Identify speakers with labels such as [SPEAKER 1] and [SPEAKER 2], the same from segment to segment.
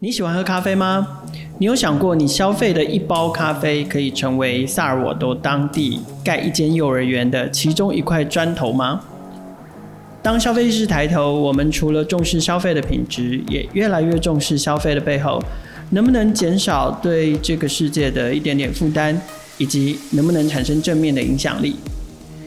[SPEAKER 1] 你喜欢喝咖啡吗？你有想过你消费的一包咖啡可以成为萨尔瓦多当地盖一间幼儿园的其中一块砖头吗？当消费意识抬头，我们除了重视消费的品质，也越来越重视消费的背后能不能减少对这个世界的一点点负担，以及能不能产生正面的影响力。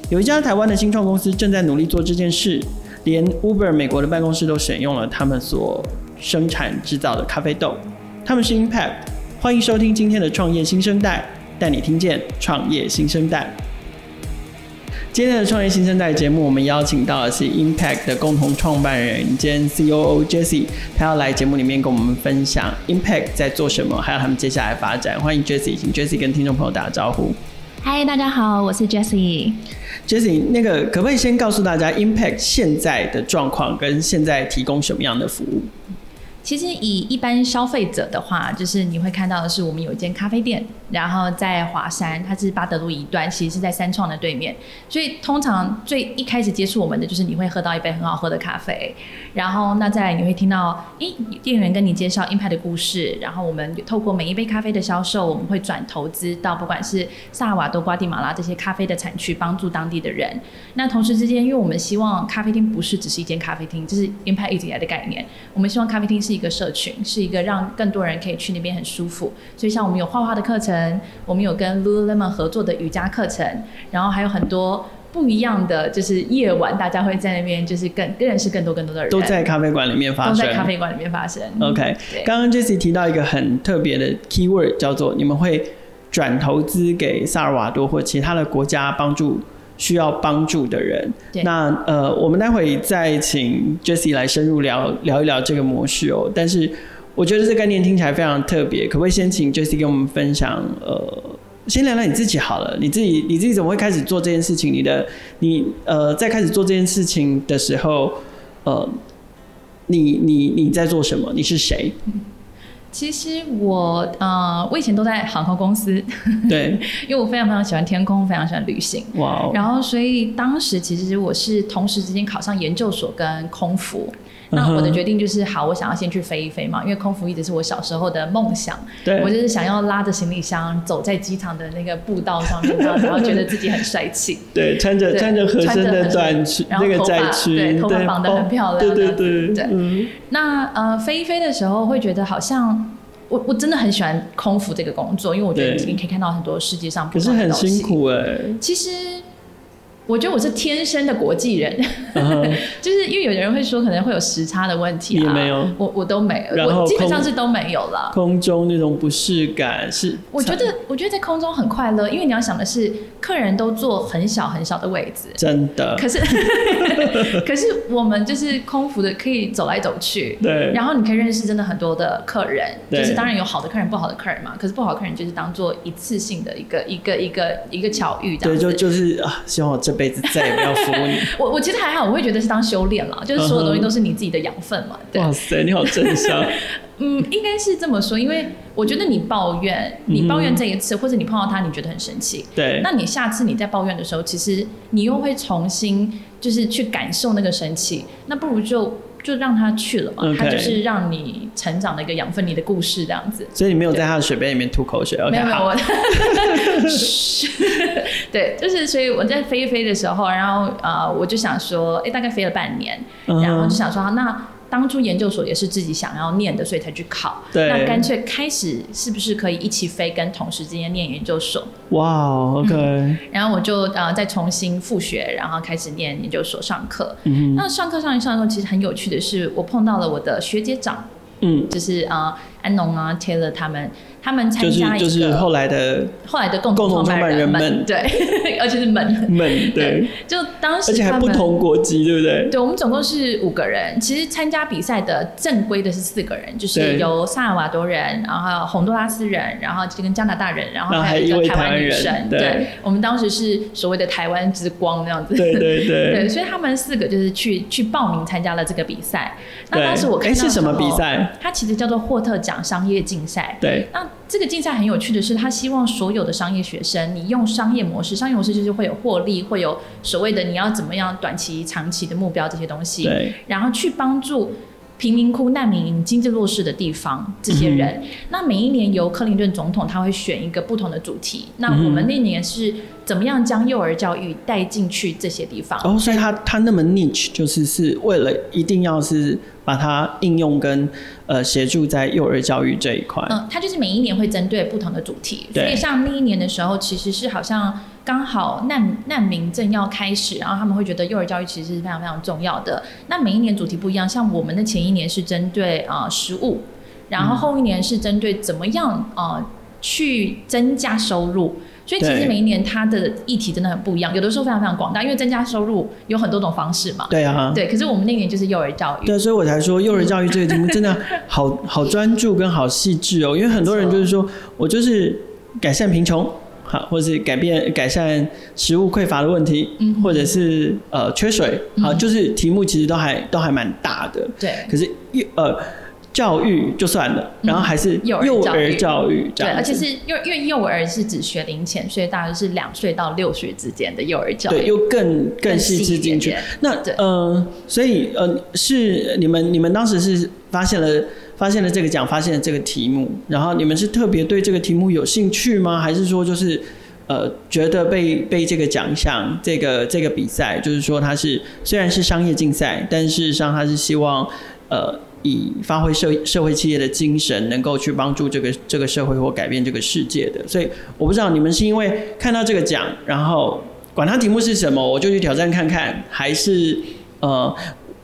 [SPEAKER 1] 有一家台湾的新创公司正在努力做这件事，连 Uber 美国的办公室都选用了他们所生产制造的咖啡豆。他们是 Impact，欢迎收听今天的创业新生代，带你听见创业新生代。今天的创业新生代节目，我们邀请到的是 Impact 的共同创办人兼 COO Jesse，他要来节目里面跟我们分享 Impact 在做什么，还有他们接下来发展。欢迎 Jesse，请 Jesse 跟听众朋友打个招呼。
[SPEAKER 2] 嗨，大家好，我是 Jessie。
[SPEAKER 1] Jesse，那个可不可以先告诉大家 Impact 现在的状况跟现在提供什么样的服务？
[SPEAKER 2] 其实以一般消费者的话，就是你会看到的是，我们有一间咖啡店，然后在华山，它是巴德路一段，其实是在三创的对面。所以通常最一开始接触我们的就是你会喝到一杯很好喝的咖啡，然后那再来你会听到，诶，店员跟你介绍 Impact 的故事，然后我们透过每一杯咖啡的销售，我们会转投资到不管是萨尔瓦多、瓜地马拉这些咖啡的产区，帮助当地的人。那同时之间，因为我们希望咖啡厅不是只是一间咖啡厅，这是 Impact 一直以来的概念。我们希望咖啡厅是一个社群，是一个让更多人可以去那边很舒服。所以像我们有画画的课程，我们有跟 Lululemon 合作的瑜伽课程，然后还有很多不一样的，就是夜晚大家会在那边就是更更认识更多更多的人，
[SPEAKER 1] 都在咖啡馆里面发
[SPEAKER 2] 都
[SPEAKER 1] 生
[SPEAKER 2] 在。咖啡馆里面发生。
[SPEAKER 1] OK，
[SPEAKER 2] 对
[SPEAKER 1] 刚刚 Jesse 提到一个很特别的 keyword，叫做你们会转投资给萨尔瓦多或其他的国家帮助需要帮助的人。
[SPEAKER 2] 对
[SPEAKER 1] 那呃，我们待会再请 Jesse 来深入聊聊一聊这个模式哦。但是我觉得这个概念听起来非常特别，可不可以先请 Jesse 跟我们分享？呃，先聊聊你自己好了，你自己你自己怎么会开始做这件事情？你的你呃，在开始做这件事情的时候，呃。你你你在做什么？你是谁？
[SPEAKER 2] 其实我呃，我以前都在航空公司，
[SPEAKER 1] 对，
[SPEAKER 2] 因为我非常非常喜欢天空，非常喜欢旅行。
[SPEAKER 1] 哇哦，
[SPEAKER 2] 然后，所以当时其实我是同时之间考上研究所跟空服。
[SPEAKER 1] 嗯
[SPEAKER 2] 那
[SPEAKER 1] 哼
[SPEAKER 2] 我的决定就是，好，我想要先去飞一飞嘛，因为空服一直是我小时候的梦想。
[SPEAKER 1] 对，
[SPEAKER 2] 我就是想要拉着行李箱走在机场的那个步道上面，然后然后觉得自己很帅气。
[SPEAKER 1] 对，穿着
[SPEAKER 2] 对
[SPEAKER 1] 穿着合身的短裙，
[SPEAKER 2] 穿着
[SPEAKER 1] 那个
[SPEAKER 2] 合身然后头
[SPEAKER 1] 窄
[SPEAKER 2] 发
[SPEAKER 1] 裙，
[SPEAKER 2] 对头发绑得很
[SPEAKER 1] 哦
[SPEAKER 2] 漂亮
[SPEAKER 1] 对
[SPEAKER 2] 这样
[SPEAKER 1] 对对
[SPEAKER 2] 对
[SPEAKER 1] 嗯
[SPEAKER 2] 那呃，飞一飞的时候会觉得好像。我我真的很喜欢空服这个工作，因为我觉得
[SPEAKER 1] 对
[SPEAKER 2] 你可以看到很多世界上不
[SPEAKER 1] 可是
[SPEAKER 2] 同的
[SPEAKER 1] 很
[SPEAKER 2] 东西
[SPEAKER 1] 辛。苦哎、
[SPEAKER 2] 其实我觉得我是天生的国际人，
[SPEAKER 1] 然后
[SPEAKER 2] 就是因为有的人会说可能会有时差的问题啊，
[SPEAKER 1] 你也没有
[SPEAKER 2] 我我都没
[SPEAKER 1] 然
[SPEAKER 2] 有，
[SPEAKER 1] 后
[SPEAKER 2] 我基本上
[SPEAKER 1] 空
[SPEAKER 2] 是都没有啦。
[SPEAKER 1] 空中那种不适感是，
[SPEAKER 2] 我觉得我觉得在空中很快乐，因为你要想的是，客人都坐很小很小的位置，
[SPEAKER 1] 真的，
[SPEAKER 2] 可是 可是我们就是空服的，可以走来走去。
[SPEAKER 1] 对
[SPEAKER 2] 然后你可以认识真的很多的客人，
[SPEAKER 1] 对
[SPEAKER 2] 就是当然有好的客人，不好的客人嘛。可是不好的客人就是当做一次性的一个一个一个一个巧遇这
[SPEAKER 1] 对，
[SPEAKER 2] 样子。
[SPEAKER 1] 就就是啊，希望我这辈子再也不要服务你。
[SPEAKER 2] 我我其实还好，我会觉得是当修炼啦，就是所有东西都是你自己的养分嘛。对，
[SPEAKER 1] 哇塞，你好正 向，
[SPEAKER 2] 嗯，应该是这么说，因为我觉得你抱怨，
[SPEAKER 1] 嗯哼
[SPEAKER 2] 你抱怨这一次，或者你碰到他，你觉得很生气，
[SPEAKER 1] 对，
[SPEAKER 2] 那你下次你在抱怨的时候，其实你又会重新就是去感受那个生气，那不如就就让他去了嘛，
[SPEAKER 1] OK
[SPEAKER 2] 他就是让你成长的一个养分，你的故事这样子。
[SPEAKER 1] 所以你没有在他的水杯里面吐口水，OK，
[SPEAKER 2] 没有没有，
[SPEAKER 1] 好，
[SPEAKER 2] 我 对，就是所以我在飞一飞的时候，然后呃，我就想说，哎、大概飞了半年，
[SPEAKER 1] 嗯
[SPEAKER 2] 然后就想说，好那当初研究所也是自己想要念的，所以才去考。
[SPEAKER 1] 对
[SPEAKER 2] 那干脆开始是不是可以一起飞，跟同时之间念研究所？
[SPEAKER 1] 哇哦，OK，
[SPEAKER 2] 然后我就呃再重新复学，然后开始念研究所上课。
[SPEAKER 1] 嗯哼
[SPEAKER 2] 那上课上一上的时候，其实很有趣的是，我碰到了我的学姐长，
[SPEAKER 1] 嗯，
[SPEAKER 2] 就是呃安农啊、Taylor 他们，他们参
[SPEAKER 1] 就是
[SPEAKER 2] 加一个、
[SPEAKER 1] 就是后来的
[SPEAKER 2] 后来的共
[SPEAKER 1] 共同
[SPEAKER 2] 同
[SPEAKER 1] 创办
[SPEAKER 2] 办
[SPEAKER 1] 人
[SPEAKER 2] 们，
[SPEAKER 1] 们
[SPEAKER 2] 对， 而且是们，
[SPEAKER 1] 们，对，，
[SPEAKER 2] 就当时
[SPEAKER 1] 而且还
[SPEAKER 2] 他
[SPEAKER 1] 不
[SPEAKER 2] 们
[SPEAKER 1] 同国籍，对不对？
[SPEAKER 2] 对，我们总共是五个人。其实参加比赛的正规的是四个人，
[SPEAKER 1] 对
[SPEAKER 2] 就是由萨尔瓦多人，然后洪都拉斯人，然后就跟加拿大人，然后
[SPEAKER 1] 然后还
[SPEAKER 2] 还有
[SPEAKER 1] 一
[SPEAKER 2] 一
[SPEAKER 1] 位
[SPEAKER 2] 个台
[SPEAKER 1] 台湾
[SPEAKER 2] 湾女
[SPEAKER 1] 人
[SPEAKER 2] 生。
[SPEAKER 1] 对
[SPEAKER 2] 我们当时是所谓的台湾之光那样子。
[SPEAKER 1] 对对对。
[SPEAKER 2] 对所以他们四个就是去去报名参加了这个比赛。那
[SPEAKER 1] 对，
[SPEAKER 2] 当时我看
[SPEAKER 1] 哎
[SPEAKER 2] 到的
[SPEAKER 1] 是什么
[SPEAKER 2] 时
[SPEAKER 1] 比
[SPEAKER 2] 候？
[SPEAKER 1] 赛？
[SPEAKER 2] 它其实叫做霍特奖商业竞赛。
[SPEAKER 1] 对，
[SPEAKER 2] 那这个竞赛很有趣的是，他希望所有的商业学生，你用商业模式，商业模式就是会有获利，会有所谓的你要怎么样短期、长期的目标这些东西，
[SPEAKER 1] 对，
[SPEAKER 2] 然后去帮助贫民窟、难民营、经济弱势的地方这些人。那每一年由克林顿总统他会选一个不同的主题。那我们那年是怎么样将幼儿教育带进去这些地方？
[SPEAKER 1] 哦，所以他他那么 niche 就是是为了一定要是把它应用跟呃协助在幼儿教育这一块。
[SPEAKER 2] 嗯，它就是每一年会针对不同的主题，所
[SPEAKER 1] 对
[SPEAKER 2] 以像那一年的时候，其实是好像刚好难难民正要开始，然后他们会觉得幼儿教育其实是非常非常重要的。那每一年主题不一样，像我们的前一年是针对啊、呃食物，然后后一年是针对怎么样啊、呃去增加收入。所以其实
[SPEAKER 1] 对
[SPEAKER 2] 每一年它的议题真的很不一样，有的时候非常非常广大，因为增加收入有很多种方式嘛。
[SPEAKER 1] 对啊，
[SPEAKER 2] 对，可是我们那年就是幼儿教育。
[SPEAKER 1] 对，所以我才说幼儿教育这个题目真的
[SPEAKER 2] 嗯
[SPEAKER 1] 好好专注跟好细致哦，因为很多人就是说我就是改善贫穷，好，或是改变改善食物匮乏的问题，
[SPEAKER 2] 嗯
[SPEAKER 1] 或者是呃缺水，好，
[SPEAKER 2] 嗯
[SPEAKER 1] 就是题目其实都还都还蛮大的，
[SPEAKER 2] 对
[SPEAKER 1] 可是幼呃教育就算了，然后还是
[SPEAKER 2] 嗯幼儿
[SPEAKER 1] 幼
[SPEAKER 2] 教
[SPEAKER 1] 儿
[SPEAKER 2] 育
[SPEAKER 1] 教育这
[SPEAKER 2] 对，
[SPEAKER 1] 样子，
[SPEAKER 2] 而且是幼，因为幼儿是指学龄前，所以大概是两岁到六岁之间的幼儿教
[SPEAKER 1] 对，
[SPEAKER 2] 育，
[SPEAKER 1] 又更更
[SPEAKER 2] 更
[SPEAKER 1] 细
[SPEAKER 2] 细
[SPEAKER 1] 致
[SPEAKER 2] 一
[SPEAKER 1] 进
[SPEAKER 2] 点
[SPEAKER 1] 去
[SPEAKER 2] 点。
[SPEAKER 1] 那
[SPEAKER 2] 对
[SPEAKER 1] 呃，所以呃，是你们你们当时是发现了发现了这个奖，发现了这个题目，然后你们是特别对这个题目有兴趣吗？还是说就是呃，觉得被被这个奖项这个这个比赛，就是说它是虽然是商业竞赛，但事实上它是希望呃。以发挥社社会企业的精神，能够去帮助这个这个社会或改变这个世界的，所以我不知道你们是因为看到这个奖，然后管它题目是什么，我就去挑战看看，还是呃，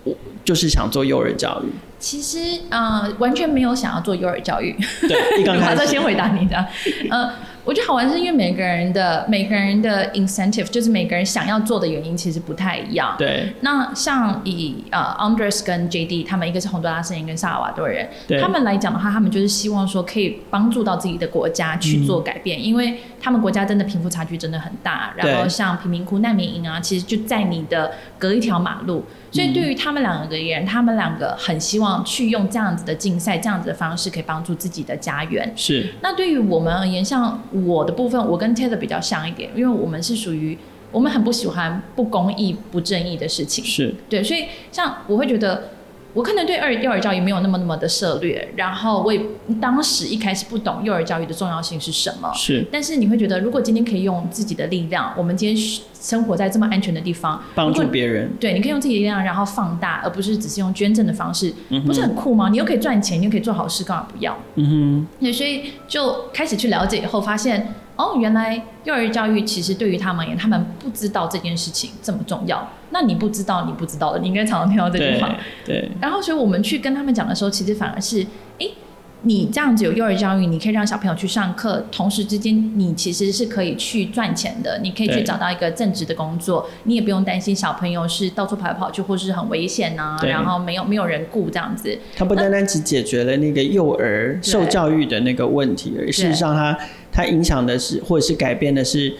[SPEAKER 1] 我就是想做幼儿教育。
[SPEAKER 2] 其实呃完全没有想要做幼儿教育。
[SPEAKER 1] 对，一刚
[SPEAKER 2] 我还
[SPEAKER 1] 开
[SPEAKER 2] 是
[SPEAKER 1] 始，
[SPEAKER 2] 先回答你这样。呃，我觉得好玩是因为每个人的每个人的 incentive，就是每个人想要做的原因其实不太一样。
[SPEAKER 1] 对
[SPEAKER 2] 那像以呃 Andres 跟 JD 他们，一个是洪都拉斯人，一个是萨尔瓦多人，
[SPEAKER 1] 对
[SPEAKER 2] 他们来讲的话，他们就是希望说可以帮助到自己的国家去做改变，因为他们国家真的贫富差距真的很大，
[SPEAKER 1] 对
[SPEAKER 2] 然后像贫民窟、难民营啊，其实就在你的隔一条马路，
[SPEAKER 1] 嗯
[SPEAKER 2] 所以对于他们两个人，他们两个很希望去用这样子的竞赛、这样子的方式，可以帮助自己的家园。
[SPEAKER 1] 是，
[SPEAKER 2] 那对于我们而言，像我的部分，我跟 Ted 比较像一点，因为我们是属于我们很不喜欢不公义、不正义的事情。
[SPEAKER 1] 是，
[SPEAKER 2] 对，所以像我会觉得，我可能对二幼儿教育没有那么那么的涉略，然后我也当时一开始不懂幼儿教育的重要性是什么。
[SPEAKER 1] 是，
[SPEAKER 2] 但是你会觉得，如果今天可以用自己的力量，我们今天生活在这么安全的地方，
[SPEAKER 1] 帮
[SPEAKER 2] 如
[SPEAKER 1] 助
[SPEAKER 2] 果
[SPEAKER 1] 别人，
[SPEAKER 2] 对，你可以用自己的力量，然后放大，而不是只是用捐赠的方式，
[SPEAKER 1] 嗯
[SPEAKER 2] 不是
[SPEAKER 1] 哼，
[SPEAKER 2] 很酷吗？你又可以赚钱，你又可以做好事，干嘛不要？
[SPEAKER 1] 嗯
[SPEAKER 2] 对，所以就开始去了解以后，发现哦，原来幼儿教育其实对于他们而言，他们不知道这件事情这么重要。那你不知道，你不知道的，你应该常常听到
[SPEAKER 1] 哼，
[SPEAKER 2] 这句
[SPEAKER 1] 对
[SPEAKER 2] 话。，
[SPEAKER 1] 对，
[SPEAKER 2] 然后，所以我们去跟他们讲的时候，其实反而是，诶，你这样子有幼儿教育，你可以让小朋友去上课，同时之间你其实是可以去赚钱的，你可以
[SPEAKER 1] 对
[SPEAKER 2] 去找到一个正职的工作，你也不用担心小朋友是到处跑来跑去，或是很危险呐、
[SPEAKER 1] 对
[SPEAKER 2] 然后没有没有人顾这样子。
[SPEAKER 1] 它不单单只解决了那个幼儿受教育的那个问题，而事实上它它影响的是或者是改变的是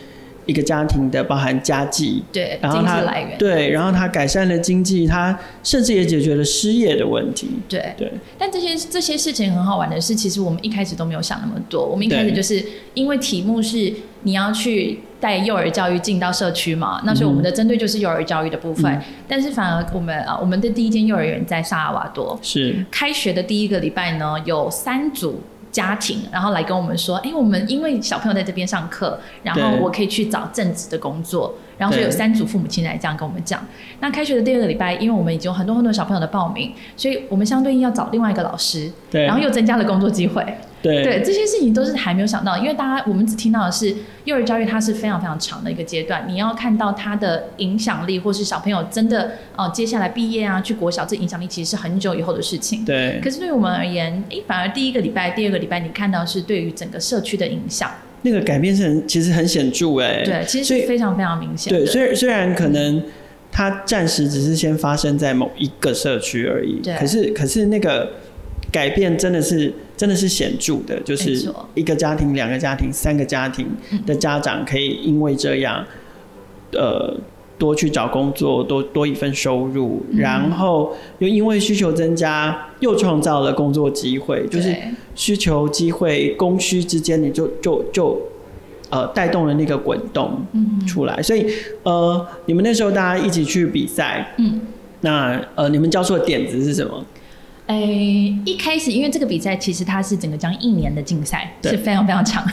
[SPEAKER 1] 一个家庭的包含家计。
[SPEAKER 2] 对，
[SPEAKER 1] 然后
[SPEAKER 2] 经济
[SPEAKER 1] 它
[SPEAKER 2] 来源。
[SPEAKER 1] 对，然后它改善了经济，它甚至也解决了失业的问题。
[SPEAKER 2] 对
[SPEAKER 1] 对，
[SPEAKER 2] 但这些这些事情很好玩的是，其实我们一开始都没有想那么多。我们一开始
[SPEAKER 1] 对
[SPEAKER 2] 就是因为题目是你要去带幼儿教育进到社区嘛，那所以我们的针对就是幼儿教育的部分。
[SPEAKER 1] 嗯
[SPEAKER 2] 但是反而我们啊，我们的第一间幼儿园在萨尔瓦多，
[SPEAKER 1] 是，
[SPEAKER 2] 开学的第一个礼拜呢，有三组。家庭，然后来跟我们说，哎，我们因为小朋友在这边上课，然后
[SPEAKER 1] 对
[SPEAKER 2] 我可以去找正职的工作，然后所以有
[SPEAKER 1] 对
[SPEAKER 2] 三组父母亲来这样跟我们讲。那开学的第二个礼拜，因为我们已经有很多很多小朋友的报名，所以我们相对应要找另外一个老师，
[SPEAKER 1] 对，
[SPEAKER 2] 然后又增加了工作机会。
[SPEAKER 1] 对
[SPEAKER 2] 对，这些事情都是还没有想到，因为大家我们只听到的是呃幼儿教育，它是非常非常长的一个阶段，你要看到它的影响力，或是小朋友真的呃接下来毕业啊去国小，这影响力其实是很久以后的事情。
[SPEAKER 1] 对
[SPEAKER 2] 可是对于我们而言，诶，反而第一个礼拜、第二个礼拜，你看到是对于整个社区的影响，
[SPEAKER 1] 那个改变是很其实很显著哎、
[SPEAKER 2] 对，其
[SPEAKER 1] 所
[SPEAKER 2] 实是
[SPEAKER 1] 以
[SPEAKER 2] 非常非常明显的。嗯
[SPEAKER 1] 对，虽虽然可能它暂时只是先发生在某一个社区而已
[SPEAKER 2] 对，
[SPEAKER 1] 可是可是那个改变真的是真的是显著的，就
[SPEAKER 2] 没
[SPEAKER 1] 是
[SPEAKER 2] 错嗯
[SPEAKER 1] 一个家庭、两个家庭、三个家庭的家长可以因为这样，呃。多去找工作，多多一份收入，
[SPEAKER 2] 嗯
[SPEAKER 1] 然后又因为需求增加，又创造了工作机会，就是
[SPEAKER 2] 对
[SPEAKER 1] 需求、机会、供需之间，你就就就呃带动了那个滚动
[SPEAKER 2] 嗯
[SPEAKER 1] 出来。所以呃，你们那时候大家一起去比赛，
[SPEAKER 2] 嗯，
[SPEAKER 1] 那呃，你们教授的点子是什么？
[SPEAKER 2] 诶、一开始因为这个比赛其实它是整个将一年的竞赛，
[SPEAKER 1] 对
[SPEAKER 2] 是非常非常长，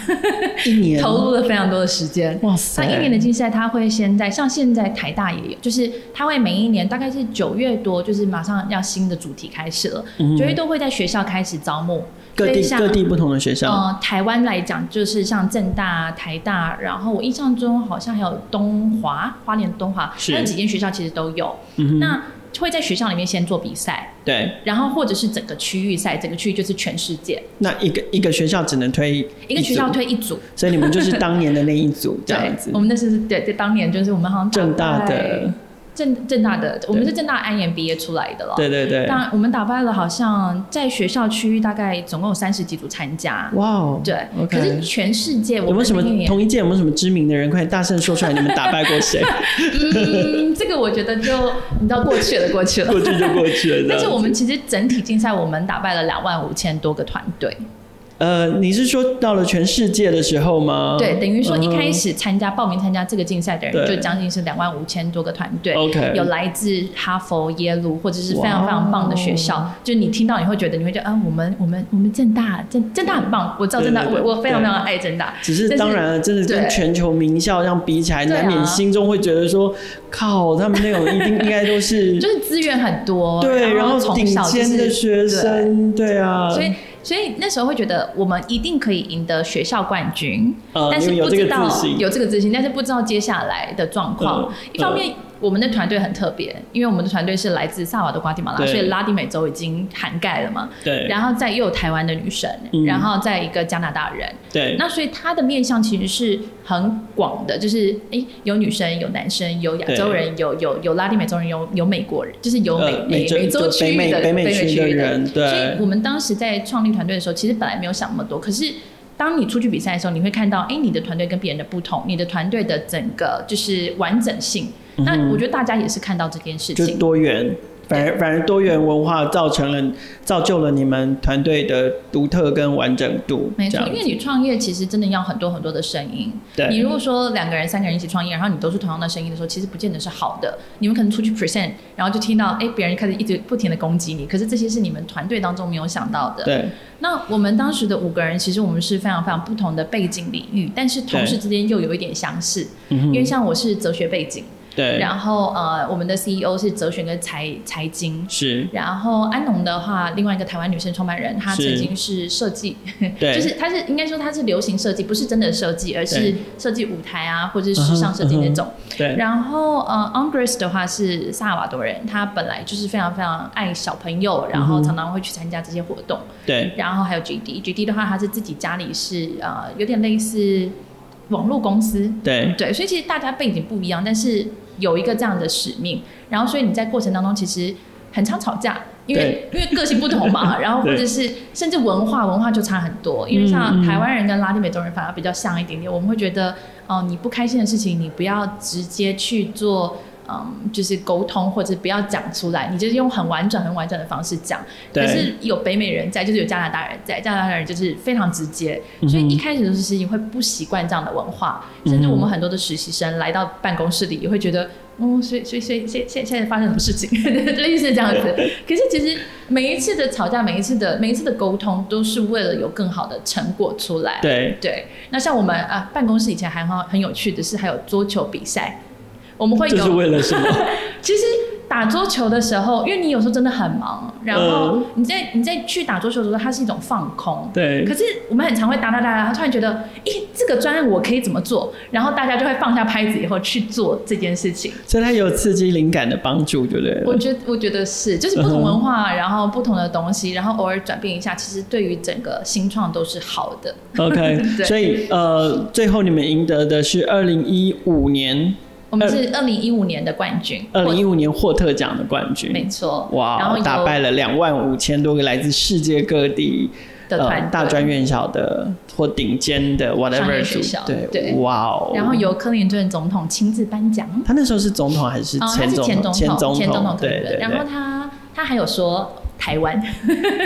[SPEAKER 1] 一年
[SPEAKER 2] 投入了非常多的时间。
[SPEAKER 1] 哇塞
[SPEAKER 2] 那一年的竞赛，它会先在像现在台大也有，就是它会每一年大概是九月多，就是马上要新的主题开始了，九、
[SPEAKER 1] 嗯
[SPEAKER 2] 月多会在学校开始招募，
[SPEAKER 1] 各
[SPEAKER 2] 所以
[SPEAKER 1] 地
[SPEAKER 2] 像
[SPEAKER 1] 各地不同的学校，
[SPEAKER 2] 呃，台湾来讲，就是像正大、台大，然后我印象中好像还有东华、花莲东华，
[SPEAKER 1] 是
[SPEAKER 2] 那几间学校其实都有。
[SPEAKER 1] 嗯哼，
[SPEAKER 2] 那会在学校里面先做比赛，
[SPEAKER 1] 对，
[SPEAKER 2] 然后或者是整个区域赛，整个区域就是全世界，
[SPEAKER 1] 那一个一个学校只能推
[SPEAKER 2] 一个学校
[SPEAKER 1] 组，
[SPEAKER 2] 推一组。
[SPEAKER 1] 所以你们 就是当年的那一组这
[SPEAKER 2] 对
[SPEAKER 1] 样子
[SPEAKER 2] 我。们那是对，在当年就是我们好像打败
[SPEAKER 1] 正大的，
[SPEAKER 2] 正正大的，我们是正大安研毕业出来的了。
[SPEAKER 1] 对对对，
[SPEAKER 2] 但我们打败了，好像在学校区域大概总共有三十几组参加。
[SPEAKER 1] 哇哦，
[SPEAKER 2] 对
[SPEAKER 1] OK
[SPEAKER 2] 可是全世界
[SPEAKER 1] 有
[SPEAKER 2] 我
[SPEAKER 1] 没有
[SPEAKER 2] 们
[SPEAKER 1] 什么
[SPEAKER 2] 那边也
[SPEAKER 1] 同一届有没有什么知名的人？快大声说出来，你们打败过谁？
[SPEAKER 2] 嗯，这个我觉得就你知道过去了，过去了。
[SPEAKER 1] 过去就过去了。
[SPEAKER 2] 但是我
[SPEAKER 1] 们
[SPEAKER 2] 们其实整体竞赛，我们打败了两万五千多个团队。
[SPEAKER 1] 呃，你是说到了全世界的时候吗？
[SPEAKER 2] 对，等于说一开
[SPEAKER 1] 嗯
[SPEAKER 2] 始参加报名参加这个竞赛的人，
[SPEAKER 1] 对
[SPEAKER 2] 就将近是两万五千多个团队。
[SPEAKER 1] OK
[SPEAKER 2] 有来自哈佛、耶鲁或者是非常
[SPEAKER 1] 哇哦
[SPEAKER 2] 非常棒的学校，就你听到你会觉得你会觉得，啊，我们我们我们正大正正大很棒，我知道正大，
[SPEAKER 1] 对对对
[SPEAKER 2] 我我非常非
[SPEAKER 1] 对
[SPEAKER 2] 常爱正大。
[SPEAKER 1] 只是
[SPEAKER 2] 但是
[SPEAKER 1] 当然了，真的跟
[SPEAKER 2] 对
[SPEAKER 1] 全球名校这样比起来，
[SPEAKER 2] 对啊
[SPEAKER 1] 难免心中会觉得说，靠，他们那种一定应该都是
[SPEAKER 2] 就是资源很
[SPEAKER 1] 嗯
[SPEAKER 2] 多，
[SPEAKER 1] 对，然
[SPEAKER 2] 后
[SPEAKER 1] 后
[SPEAKER 2] 从
[SPEAKER 1] 顶
[SPEAKER 2] 小就
[SPEAKER 1] 尖的
[SPEAKER 2] 是
[SPEAKER 1] 学生，对啊，
[SPEAKER 2] 所以，所以那时候会觉得我们一定可以赢得学校冠军，
[SPEAKER 1] 呃
[SPEAKER 2] 但是
[SPEAKER 1] 因为有
[SPEAKER 2] 不
[SPEAKER 1] 这
[SPEAKER 2] 知
[SPEAKER 1] 个
[SPEAKER 2] 道
[SPEAKER 1] 自信
[SPEAKER 2] 有这个自信，但是不知道接下来的状况。
[SPEAKER 1] 嗯
[SPEAKER 2] 一方面，我们的团队很特别，因为我们的团队是来自萨瓦多、瓜地马拉，
[SPEAKER 1] 对
[SPEAKER 2] 所以拉丁美洲已经涵盖了嘛。
[SPEAKER 1] 对
[SPEAKER 2] 然后再又有台湾的女生，
[SPEAKER 1] 嗯
[SPEAKER 2] 然后再一个加拿大人，
[SPEAKER 1] 对
[SPEAKER 2] 那所以他的面向其实是很广的，就是诶，有女生，有男生，有亚洲人，有有有拉丁美洲人，有有美国人，就是有美、
[SPEAKER 1] 呃
[SPEAKER 2] 美
[SPEAKER 1] 洲
[SPEAKER 2] 美洲
[SPEAKER 1] 对
[SPEAKER 2] 区
[SPEAKER 1] 北
[SPEAKER 2] 域
[SPEAKER 1] 美
[SPEAKER 2] 的
[SPEAKER 1] 北美
[SPEAKER 2] 区
[SPEAKER 1] 区的
[SPEAKER 2] 域的
[SPEAKER 1] 人，
[SPEAKER 2] 所以
[SPEAKER 1] 对
[SPEAKER 2] 我们当时在创立团队的时候，其实本来没有想那么多，可是。当你出去比赛的时候，你会看到，哎、你的团队跟别人的不同，你的团队的整个就是完整性。那我觉得大家也是看到这件事
[SPEAKER 1] 嗯就
[SPEAKER 2] 情，
[SPEAKER 1] 多元。反而反而多元文化造成了造就了你们团队的独特跟完整度，
[SPEAKER 2] 没
[SPEAKER 1] 这
[SPEAKER 2] 错。
[SPEAKER 1] 样
[SPEAKER 2] 因为你创业其实真的要很多很多的声音，你
[SPEAKER 1] 对
[SPEAKER 2] 如果说两个人、三个人一起创业，然后你都是同样的声音的时候，其实不见得是好的。你们可能出去 present，然后就听到哎，别人开始一直不停的攻击你，可是这些是你们团队当中没有想到的。
[SPEAKER 1] 对
[SPEAKER 2] 那我们当时的五个人，其实我们是非常非常不同的背景领域，但是同事之间又有一点相似，
[SPEAKER 1] 嗯
[SPEAKER 2] 因为
[SPEAKER 1] 哼
[SPEAKER 2] 像我是哲学背景，
[SPEAKER 1] 对
[SPEAKER 2] 然后呃，我们的 CEO 是哲学跟财财经。
[SPEAKER 1] 是
[SPEAKER 2] 然后安农的话，另外一个台湾女生创办人，她
[SPEAKER 1] 是
[SPEAKER 2] 曾经是设计，
[SPEAKER 1] 对
[SPEAKER 2] 就是她是应该说她是流行设计，不是真的设计，而是
[SPEAKER 1] 对
[SPEAKER 2] 设计舞台啊，或者是时尚设计
[SPEAKER 1] 嗯
[SPEAKER 2] 那种。
[SPEAKER 1] 对
[SPEAKER 2] 然后呃 o n g r e s 的话是萨尔瓦多人，他本来就是非常非常爱小朋友，然后
[SPEAKER 1] 嗯哼
[SPEAKER 2] 常常会去参加这些活动。
[SPEAKER 1] 对
[SPEAKER 2] 然后还有 GD，GD 的话他是自己家里是呃有点类似网络公司，
[SPEAKER 1] 对
[SPEAKER 2] 对，所以其实大家背景不一样，但是有一个这样的使命，然后所以你在过程当中其实很常吵架，因为因为个性不同嘛，然后或者是甚至文化文化就差很多，因为像
[SPEAKER 1] 嗯嗯
[SPEAKER 2] 台湾人跟拉丁美洲人反而比较像一点点，我们会觉得哦、你不开心的事情你不要直接去做。嗯，就是沟通或者不要讲出来，你就是用很婉转、很婉转的方式讲。可
[SPEAKER 1] 对嗯
[SPEAKER 2] 是有北美人在，就是有加拿大人在，加拿大人就是非常直接，
[SPEAKER 1] 嗯哼嗯
[SPEAKER 2] 所以一开始的事情会不习惯这样的文化，甚至我们很多的实习生来到办公室里也会觉得，哦，所以所以所以现现现在发生什么事情， 类似这样 子。可是其实每一次的吵架，每一次的每一次的沟通，都是为了有更好的成果出来。
[SPEAKER 1] 对
[SPEAKER 2] 对，那像我们啊，办公室以前还很很有趣的是，还有桌球比赛，我们会
[SPEAKER 1] 这是
[SPEAKER 2] 有
[SPEAKER 1] 为了什么？
[SPEAKER 2] 其实打桌球的时候，因为你有时候真的很忙，然后
[SPEAKER 1] 嗯
[SPEAKER 2] 你在你在去打桌球的时候，它是一种放空。
[SPEAKER 1] 对
[SPEAKER 2] 可是我们很常会打打打打，然后突然觉得，咦，这个专案我可以怎么做？然后大家就会放下拍子以后去做这件事情。
[SPEAKER 1] 所以它有刺激灵感的帮助，对不对了？
[SPEAKER 2] 我觉得我觉得是，就是不
[SPEAKER 1] 嗯
[SPEAKER 2] 同
[SPEAKER 1] 哼
[SPEAKER 2] 文化，然后不同的东西，然后偶尔转变一下，其实对于整个新创都是好的。
[SPEAKER 1] OK，
[SPEAKER 2] 对
[SPEAKER 1] 所以呃，最后你们赢得的是二零一五年，
[SPEAKER 2] 我们是二零一五年的冠军，
[SPEAKER 1] 嗯二零
[SPEAKER 2] 获
[SPEAKER 1] 一五年霍特奖的冠军
[SPEAKER 2] 没。错，然
[SPEAKER 1] 哇哦
[SPEAKER 2] 后，有
[SPEAKER 1] 打败了两万五千多个来自世界各地呃
[SPEAKER 2] 的团队、
[SPEAKER 1] 嗯大专院校的或顶尖的
[SPEAKER 2] 商
[SPEAKER 1] whatever
[SPEAKER 2] 业
[SPEAKER 1] 组
[SPEAKER 2] 学校，
[SPEAKER 1] 对，
[SPEAKER 2] 对
[SPEAKER 1] 哇哦。
[SPEAKER 2] 然后由克林顿总统亲自颁奖。
[SPEAKER 1] 他那时候是总统还是
[SPEAKER 2] 哦，他
[SPEAKER 1] 前
[SPEAKER 2] 是
[SPEAKER 1] 总
[SPEAKER 2] 前
[SPEAKER 1] 统？
[SPEAKER 2] 总统，前
[SPEAKER 1] 总统，
[SPEAKER 2] 克
[SPEAKER 1] 对
[SPEAKER 2] 林
[SPEAKER 1] 对
[SPEAKER 2] 顿。然后
[SPEAKER 1] 对。
[SPEAKER 2] 他他还有说台湾，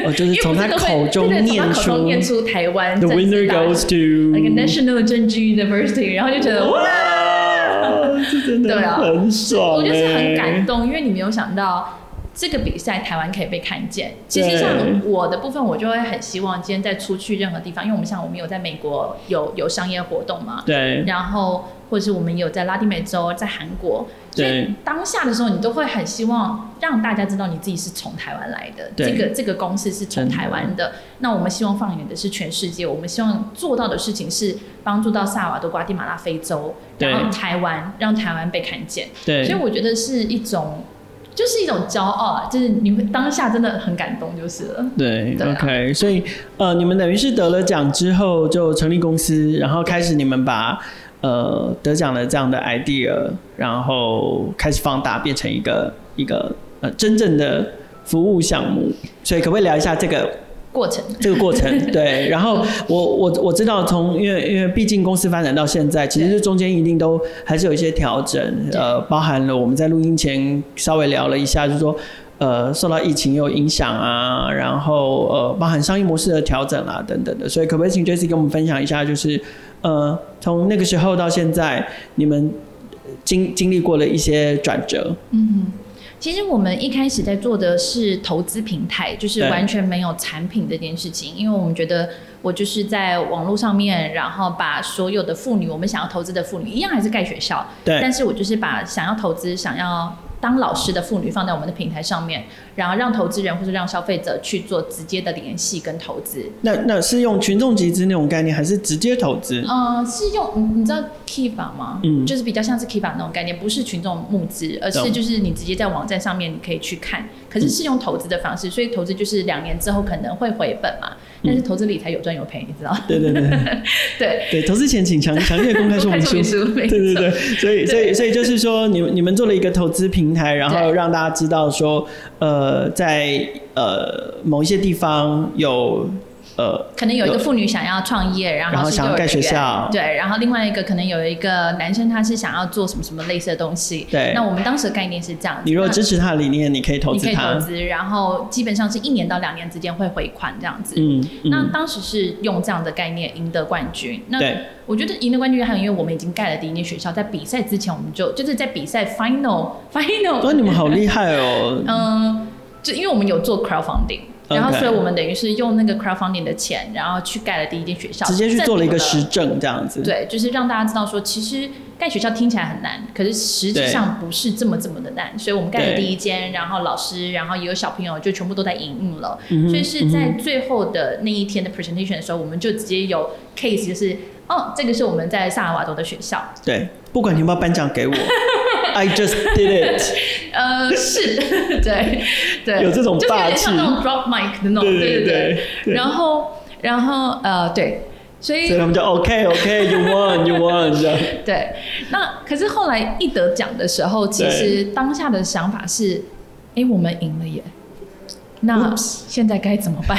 [SPEAKER 1] 哦，就是从他
[SPEAKER 2] 因为不是都
[SPEAKER 1] 口
[SPEAKER 2] 会
[SPEAKER 1] 中
[SPEAKER 2] 对对从
[SPEAKER 1] 念
[SPEAKER 2] 他口
[SPEAKER 1] 出
[SPEAKER 2] 中念出台湾
[SPEAKER 1] ，The
[SPEAKER 2] 政治
[SPEAKER 1] winner
[SPEAKER 2] 大学
[SPEAKER 1] goes to
[SPEAKER 2] like a national 政治 university，然后就觉得哇，
[SPEAKER 1] 哇，这真的
[SPEAKER 2] 对啊
[SPEAKER 1] 很爽、欸，欸
[SPEAKER 2] 我就是很感动，因为你没有想到。这个比赛台湾可以被看见。其
[SPEAKER 1] 对
[SPEAKER 2] 实像我的部分，我就会很希望今天再出去任何地方，因为我们像我们有在美国有有商业活动嘛，
[SPEAKER 1] 对
[SPEAKER 2] 然后或者是我们有在拉丁美洲、在韩国，所以
[SPEAKER 1] 对
[SPEAKER 2] 当下的时候，你都会很希望让大家知道你自己是从台湾来的，
[SPEAKER 1] 对
[SPEAKER 2] 这个这个公司是从台湾的。那我们希望放眼的是全世界，我们希望做到的事情是帮助到萨瓦多、瓜地马拉、非洲，
[SPEAKER 1] 对
[SPEAKER 2] 然后台湾，让台湾被看见。所以
[SPEAKER 1] 对，
[SPEAKER 2] 我觉得是一种，就是一种骄傲啊，就是你会当下真的很感动，就是了。
[SPEAKER 1] 对
[SPEAKER 2] 对啊
[SPEAKER 1] ，OK，所以呃，你们等于是得了奖之后就成立公司，然后开始你们把呃得奖的这样的 idea，然后开始放大，变成一个一个呃真正的服务项目。所以可不可以聊一下这个
[SPEAKER 2] 过程
[SPEAKER 1] 这个过程，对。然后我我我知道从，因为因为毕竟公司发展到现在，其实这中间一定都还是有一些调整，
[SPEAKER 2] 对
[SPEAKER 1] 呃，包含了我们在录音前稍微聊了一下，就是说。呃，受到疫情也有影响啊，然后呃，包含商业模式的调整啊，等等的，所以可不可以请 Jesse 跟我们分享一下，就是呃，从那个时候到现在，你们经经历过了一些转折，
[SPEAKER 2] 嗯，其实我们一开始在做的是投资平台，就是
[SPEAKER 1] 对
[SPEAKER 2] 完全没有产品这件事情，因为我们觉得我就是在网络上面，然后把所有的妇女，我们想要投资的妇女，一样还是盖学校，
[SPEAKER 1] 对
[SPEAKER 2] 但是我就是把想要投资、想要当老师的妇女放在我们的平台上面，然后让投资人或者让消费者去做直接的联系跟投资。
[SPEAKER 1] 那那是用群众集资那种概念，还是直接投资？
[SPEAKER 2] 呃，是用你你知道 Kiva 吗？
[SPEAKER 1] 嗯
[SPEAKER 2] 就是比较像是 Kiva 那种概念，不是群众募资，而是
[SPEAKER 1] 懂嗯
[SPEAKER 2] 就是你直接在网站上面你可以去看，可是是用投资的方式，所以投资就是两年之后可能会回本嘛，
[SPEAKER 1] 嗯
[SPEAKER 2] 但是投资理财有赚有赔，你知道？
[SPEAKER 1] 对对对。
[SPEAKER 2] 对，
[SPEAKER 1] 对，投资前请强强烈公开说明 书。
[SPEAKER 2] 没
[SPEAKER 1] 对对
[SPEAKER 2] 错
[SPEAKER 1] 对，所以所以所以就是说，你们你们做了一个投资平台，然后
[SPEAKER 2] 对
[SPEAKER 1] 让大家知道说，呃，在呃某一些地方有呃
[SPEAKER 2] 可能有一个妇女想要创业，然
[SPEAKER 1] 然后
[SPEAKER 2] 后是
[SPEAKER 1] 想要
[SPEAKER 2] 幼儿
[SPEAKER 1] 盖学
[SPEAKER 2] 园
[SPEAKER 1] 校
[SPEAKER 2] 对，然后另外一个可能有一个男生他是想要做什么什么类似的东西，
[SPEAKER 1] 对
[SPEAKER 2] 那我们当时的概念是这样子，
[SPEAKER 1] 哎你如果
[SPEAKER 2] 那
[SPEAKER 1] 支持他的理念，你可以投
[SPEAKER 2] 你
[SPEAKER 1] 资
[SPEAKER 2] 可以投
[SPEAKER 1] 他。
[SPEAKER 2] 资，然后基本上是一年到两年之间会回款这样子，
[SPEAKER 1] 嗯
[SPEAKER 2] 那
[SPEAKER 1] 嗯，
[SPEAKER 2] 当时是用这样的概念赢得冠军。那
[SPEAKER 1] 对
[SPEAKER 2] 我觉得赢得冠军还有，因为我们已经盖了第一间学校，在比赛之前我们就就是在比赛 final
[SPEAKER 1] 哇，
[SPEAKER 2] final，
[SPEAKER 1] 你们好厉害 哦！
[SPEAKER 2] 嗯，就因为我们有做 crowdfunding，然后
[SPEAKER 1] OK
[SPEAKER 2] 所以我们等于是用那个 crowdfunding 的钱，然后去盖了第一间学校，
[SPEAKER 1] 直接去做了一个
[SPEAKER 2] 证明
[SPEAKER 1] 实证，这样子。
[SPEAKER 2] 对，就是让大家知道说，其实盖学校听起来很难，可是实际上不是这么这么的难。所以我们盖了
[SPEAKER 1] 对
[SPEAKER 2] 第一间，然后老师，然后也有小朋友，就全部都在营运了。
[SPEAKER 1] 嗯哼
[SPEAKER 2] 所以是在最后的那一天的 presentation 的时候，我们就直接有 case，就是哦，这个是我们在萨尔瓦多的学校，
[SPEAKER 1] 对，不管你有没有颁奖 给我，I just did it。
[SPEAKER 2] 呃，是， 对对，
[SPEAKER 1] 有这种
[SPEAKER 2] 就是有
[SPEAKER 1] 霸
[SPEAKER 2] 点
[SPEAKER 1] 气
[SPEAKER 2] 像那种 drop mic 的那种，
[SPEAKER 1] 对
[SPEAKER 2] 对
[SPEAKER 1] 对对对
[SPEAKER 2] 然后然后呃，对，所以
[SPEAKER 1] 所以他们就 OK OK，you won you won 这样。
[SPEAKER 2] 对，那可是后来一得奖的时候，其实当下的想法是，哎、我们赢了耶。那现在该怎么 办？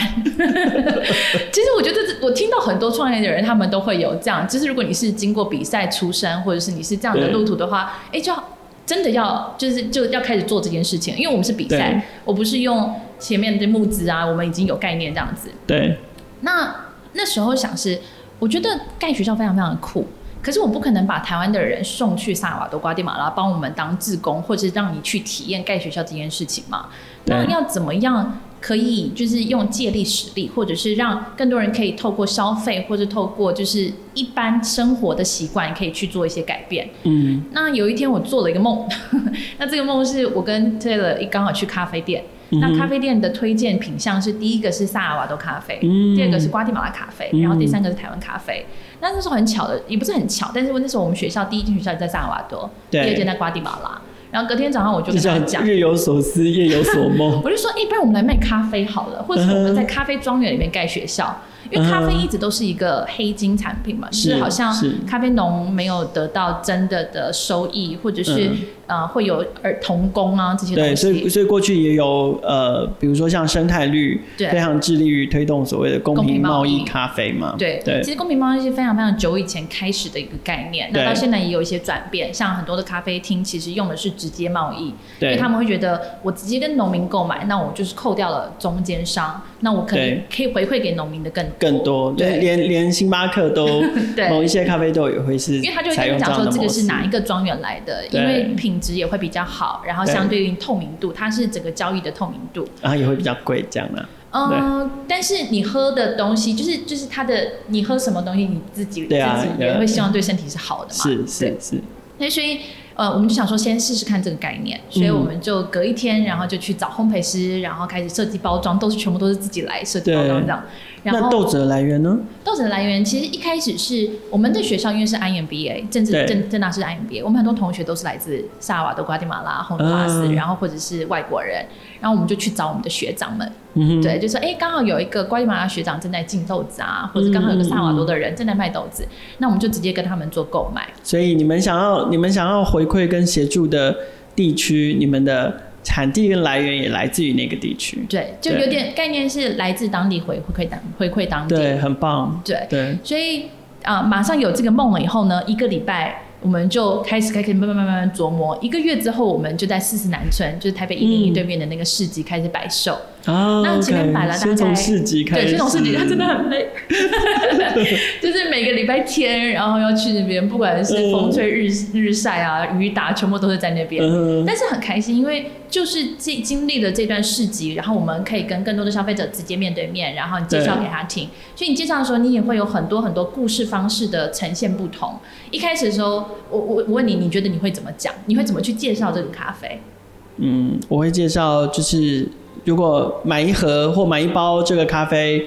[SPEAKER 2] 其实我觉得这，我听到很多创业的人，他们都会有这样，就是如果你是经过比赛出身，或者是你是这样的
[SPEAKER 1] 对
[SPEAKER 2] 路途的话，哎、就要真的要就是就要开始做这件事情，因为我们是比
[SPEAKER 1] 对
[SPEAKER 2] 赛，我不是用前面的募资啊，我们已经有概念这样子。
[SPEAKER 1] 对
[SPEAKER 2] 那那时候想是，我觉得盖学校非常非常的酷，可是我不可能把台湾的人送去萨尔瓦多、瓜地马拉帮我们当志工，或者是让你去体验盖学校这件事情嘛。那
[SPEAKER 1] 对
[SPEAKER 2] 要怎么样可以就是用借力使力，或者是让更多人可以透过消费，或者透过就是一般生活的习惯，可以去做一些改变。
[SPEAKER 1] 嗯
[SPEAKER 2] 那有一天我做了一个梦， 那这个梦是我跟 Taylor 一刚好去咖啡店，
[SPEAKER 1] 嗯
[SPEAKER 2] 那咖啡店的推荐品项是第一个是萨尔瓦多咖啡，
[SPEAKER 1] 嗯
[SPEAKER 2] 第二个是瓜地马拉咖啡，
[SPEAKER 1] 嗯
[SPEAKER 2] 然后第三个是台湾咖啡。那那时候很巧的，也不是很巧，但是那时候我们学校第一间学校在萨尔瓦多，第
[SPEAKER 1] 对
[SPEAKER 2] 二间在瓜地马拉。然后隔天早上我
[SPEAKER 1] 就
[SPEAKER 2] 就跟他
[SPEAKER 1] 像
[SPEAKER 2] 讲，
[SPEAKER 1] 日有所思，夜有所梦。
[SPEAKER 2] 我就说，哎、不然我们来卖咖啡好了，或者是
[SPEAKER 1] 嗯
[SPEAKER 2] 我
[SPEAKER 1] 哼嗯
[SPEAKER 2] 们在咖啡庄园里面盖学校，因为咖啡一直都是一个黑金产品嘛，
[SPEAKER 1] 是
[SPEAKER 2] 是好像
[SPEAKER 1] 是
[SPEAKER 2] 咖啡农没有得到真的的收益，或者是、
[SPEAKER 1] 嗯
[SPEAKER 2] 呃会有儿童工 啊这些
[SPEAKER 1] 对，
[SPEAKER 2] 东
[SPEAKER 1] 所以
[SPEAKER 2] 西。
[SPEAKER 1] 所以过去也有呃，比如说像生态绿，
[SPEAKER 2] 对
[SPEAKER 1] 非常致力于推动所谓的公
[SPEAKER 2] 公
[SPEAKER 1] 平
[SPEAKER 2] 平
[SPEAKER 1] 贸
[SPEAKER 2] 贸
[SPEAKER 1] 易
[SPEAKER 2] 易
[SPEAKER 1] 咖啡嘛。
[SPEAKER 2] 对，
[SPEAKER 1] 对
[SPEAKER 2] 其实公平贸易是非常非常久以前开始的一个概念，那
[SPEAKER 1] 对
[SPEAKER 2] 到现在也有一些转变，像很多的咖啡厅其实用的是直接贸易，因为
[SPEAKER 1] 对
[SPEAKER 2] 他们会觉得我直接跟农民购买，那我就是扣掉了中间商，那我可能
[SPEAKER 1] 对
[SPEAKER 2] 可以回馈给农民的更多
[SPEAKER 1] 更多，连
[SPEAKER 2] 对
[SPEAKER 1] 连连星巴克都
[SPEAKER 2] 对
[SPEAKER 1] 某一些咖啡豆也会是
[SPEAKER 2] 因为他就会
[SPEAKER 1] 采
[SPEAKER 2] 跟
[SPEAKER 1] 用
[SPEAKER 2] 你
[SPEAKER 1] 这
[SPEAKER 2] 讲
[SPEAKER 1] 样
[SPEAKER 2] 说
[SPEAKER 1] 的
[SPEAKER 2] 这
[SPEAKER 1] 模
[SPEAKER 2] 个
[SPEAKER 1] 式。
[SPEAKER 2] 是哪一个庄园来的，
[SPEAKER 1] 对
[SPEAKER 2] 因为品品质也会比较好，然后相对应透明度，它是整个交易的透明度。
[SPEAKER 1] 然啊后也会比较贵这样啊。
[SPEAKER 2] 嗯，但是你喝的东西，就是就是它的，你喝什么东西，你自己
[SPEAKER 1] 对啊
[SPEAKER 2] 自己
[SPEAKER 1] 对
[SPEAKER 2] 也
[SPEAKER 1] 啊
[SPEAKER 2] 会希望对身体是好的嘛。
[SPEAKER 1] 是
[SPEAKER 2] 对
[SPEAKER 1] 是是，
[SPEAKER 2] 那所以呃，我们就想说先试试看这个概念，所以
[SPEAKER 1] 嗯
[SPEAKER 2] 我们就隔一天，然后就去找烘焙师，然后开始设计包装，都是全部都是自己来设计包装这样。然
[SPEAKER 1] 那
[SPEAKER 2] 后
[SPEAKER 1] 豆子的来源呢？
[SPEAKER 2] 豆子的来源，其实一开始是我们的学校，因为是 IMBA 政治
[SPEAKER 1] 对
[SPEAKER 2] 政政大是 IMBA，我们很多同学都是来自萨尔瓦多、瓜地马拉、洪都拉斯，
[SPEAKER 1] 嗯
[SPEAKER 2] 然后或者是外国人，然后我们就去找我们的学长们，
[SPEAKER 1] 嗯哼，
[SPEAKER 2] 对，就说哎，诶刚好有一个瓜地马拉学长正在进豆子啊，或者刚好有个萨尔瓦多
[SPEAKER 1] 嗯
[SPEAKER 2] 的人正在卖豆子，那我们就直接跟他们做购买。
[SPEAKER 1] 所以你们想要你们想要回馈跟协助的地区，你们的产地跟来源也来自于那个地区。
[SPEAKER 2] 对，就
[SPEAKER 1] 对
[SPEAKER 2] 有点概念是来自当地回回馈当回馈当地。
[SPEAKER 1] 对，很棒。
[SPEAKER 2] 对
[SPEAKER 1] 对，
[SPEAKER 2] 所以啊、马上有这个梦了以后呢，一个礼拜我们就开始开始慢慢慢慢慢慢琢磨。一个月之后，我们就在四四南村，就是台北一零一
[SPEAKER 1] 嗯
[SPEAKER 2] 对面的那个市集开始摆售。
[SPEAKER 1] 啊，
[SPEAKER 2] 那前面
[SPEAKER 1] OK，
[SPEAKER 2] 摆了大
[SPEAKER 1] 先从
[SPEAKER 2] 概
[SPEAKER 1] 市集开始，
[SPEAKER 2] 对，这种市集它真的 很累，就是每个礼拜天，然后要去那边，不管是风吹日、日晒啊、雨打，全部都是在那边。
[SPEAKER 1] 嗯哼，
[SPEAKER 2] 但是很开心，因为就是这经历了这段市集，然后我们可以跟更多的消费者直接面对面，然后你介绍给他听。所以你介绍的时候，你也会有很多很多故事方式的呈现不同。一开始的时候，我
[SPEAKER 1] 嗯
[SPEAKER 2] 我我问你，你觉得你会怎么讲？你会怎么去介绍这个咖啡？
[SPEAKER 1] 嗯，我会介绍就是如果买一盒或买一包这个咖啡，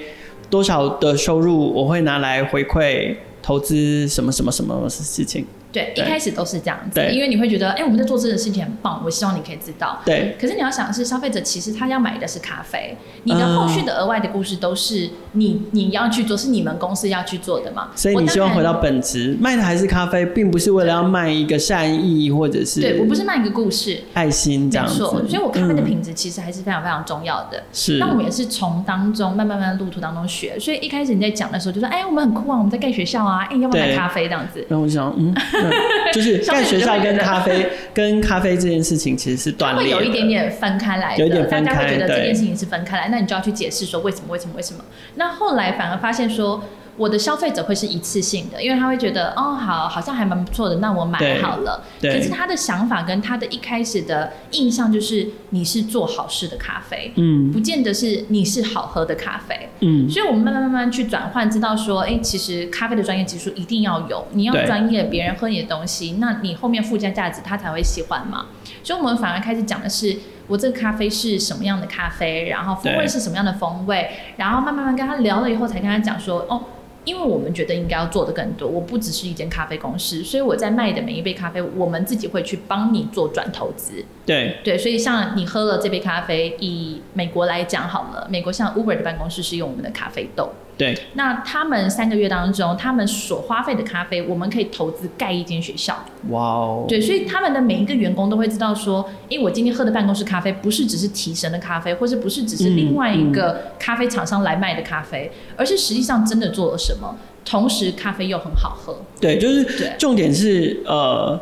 [SPEAKER 1] 多少的收入我会拿来回馈投资什么什么什么事情。
[SPEAKER 2] 对，
[SPEAKER 1] 对
[SPEAKER 2] 一开始都是这样子，
[SPEAKER 1] 对
[SPEAKER 2] 因为你会觉得，哎、我们在做这件事情很棒，我希望你可以知道。
[SPEAKER 1] 对，
[SPEAKER 2] 可是你要想的是，消费者其实他要买的是咖啡，你的后续的额外的故事都是你你要去做，是你们公司要去做的嘛？
[SPEAKER 1] 所以
[SPEAKER 2] 我
[SPEAKER 1] 你
[SPEAKER 2] 当
[SPEAKER 1] 希望
[SPEAKER 2] 然
[SPEAKER 1] 回到本质，卖的还是咖啡，并不是为了要卖一个善意或者
[SPEAKER 2] 对我
[SPEAKER 1] 是
[SPEAKER 2] 不是卖一个故事，
[SPEAKER 1] 爱心这
[SPEAKER 2] 没
[SPEAKER 1] 样子。
[SPEAKER 2] 错，所以我咖啡的
[SPEAKER 1] 嗯
[SPEAKER 2] 品质其实还是非常非常重要的。
[SPEAKER 1] 是
[SPEAKER 2] 那我们也是从当中慢慢慢慢路途当中学，所以一开始你在讲的时候就说，哎，我们很酷啊，我们在盖学校啊，哎，要不要买
[SPEAKER 1] 对
[SPEAKER 2] 咖啡这样子？
[SPEAKER 1] 然后我就想， 嗯，那就是盖学校跟咖啡跟咖啡这件事情其实是断
[SPEAKER 2] 会
[SPEAKER 1] 裂的，
[SPEAKER 2] 有一点点分开来
[SPEAKER 1] 有
[SPEAKER 2] 的，
[SPEAKER 1] 一点分
[SPEAKER 2] 大家会
[SPEAKER 1] 开
[SPEAKER 2] 觉得这
[SPEAKER 1] 对
[SPEAKER 2] 件事情是分开来，那你就要去解释说为什么为什么为什么。那后来反而发现说，我的消费者会是一次性的，因为他会觉得哦好，好像还蛮不错的，那我买
[SPEAKER 1] 对
[SPEAKER 2] 好了。
[SPEAKER 1] 对
[SPEAKER 2] 可是他的想法跟他的一开始的印象就是你是做好事的咖啡，
[SPEAKER 1] 嗯
[SPEAKER 2] 不见得是你是好喝的咖啡。
[SPEAKER 1] 嗯，
[SPEAKER 2] 所以我们慢慢慢慢去转换，知道说，哎、其实咖啡的专业技术一定要有，你要
[SPEAKER 1] 对
[SPEAKER 2] 专业，别人喝你的东西，那你后面附加价值他才会喜欢嘛。所以我们反而开始讲的是，我这个咖啡是什么样的咖啡，然后风味
[SPEAKER 1] 对
[SPEAKER 2] 是什么样的风味，然后慢慢慢跟他聊了以后，才跟他讲说，哦。因为我们觉得应该要做的更多，我不只是一间咖啡公司，所以我在卖的每一杯咖啡，我们自己会去帮你做转投资。
[SPEAKER 1] 对
[SPEAKER 2] 对，所以像你喝了这杯咖啡，以美国来讲好了，美国像 Uber 的办公室是用我们的咖啡豆，
[SPEAKER 1] 对，
[SPEAKER 2] 那他们三个月当中，他们所花费的咖啡，我们可以投资盖一间学校。
[SPEAKER 1] 哇哦，
[SPEAKER 2] 对，所以他们的每一个员工都会知道说，诶，我今天喝的办公室咖啡不是只是提神的咖啡，或是不是只是另外一个咖啡厂商来卖的咖啡，而是实际上真的做了什么，同时咖啡又很好喝。
[SPEAKER 1] 对，就是
[SPEAKER 2] 对
[SPEAKER 1] 重点是呃，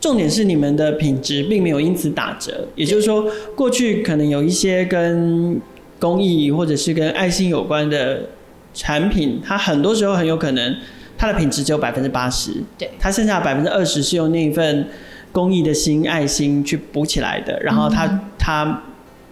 [SPEAKER 1] 重点是你们的品质并没有因此打折，也就是说，过去可能有一些跟公益或者是跟爱心有关的产品，它很多时候很有可能它的品质只有百分之八十，
[SPEAKER 2] 对，
[SPEAKER 1] 它剩下百分之二十是用那一份公益的心、爱心去补起来的，然后它、
[SPEAKER 2] 嗯
[SPEAKER 1] 它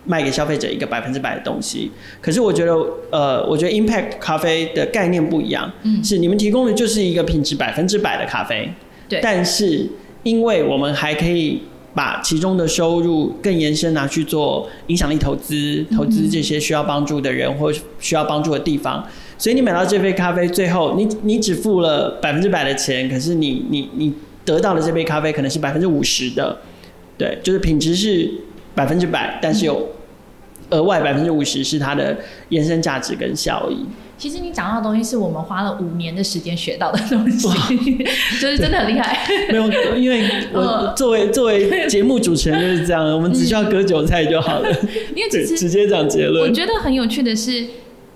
[SPEAKER 1] 卖给消费者一个百分之百的东西。可是我觉得，呃，我觉得 Impact 咖啡的概念不一样，
[SPEAKER 2] 嗯
[SPEAKER 1] 是你们提供的就是一个品质百分之百的咖啡，
[SPEAKER 2] 对
[SPEAKER 1] 但是因为我们还可以。把其中的收入更延伸拿去做影响力投资，投资这些需要帮助的人或需要帮助的地方，所以你买到这杯咖啡，最后你你只付了百分之百的钱，可是你你你得到的这杯咖啡可能是百分之五十的，对，就是品质是百分之百，但是有额外百分之五十是它的延伸价值跟效益。
[SPEAKER 2] 其实你讲到的东西是我们花了五年的时间学到的东西， 就是真的很厉害。
[SPEAKER 1] 没有，因为我
[SPEAKER 2] 呃
[SPEAKER 1] 作为作为节目主持人就是这样，我们只需要割韭菜就好了，
[SPEAKER 2] 因为
[SPEAKER 1] 对，
[SPEAKER 2] 其
[SPEAKER 1] 直
[SPEAKER 2] 实
[SPEAKER 1] 接讲结
[SPEAKER 2] 我
[SPEAKER 1] 论。
[SPEAKER 2] 觉得很有趣的是，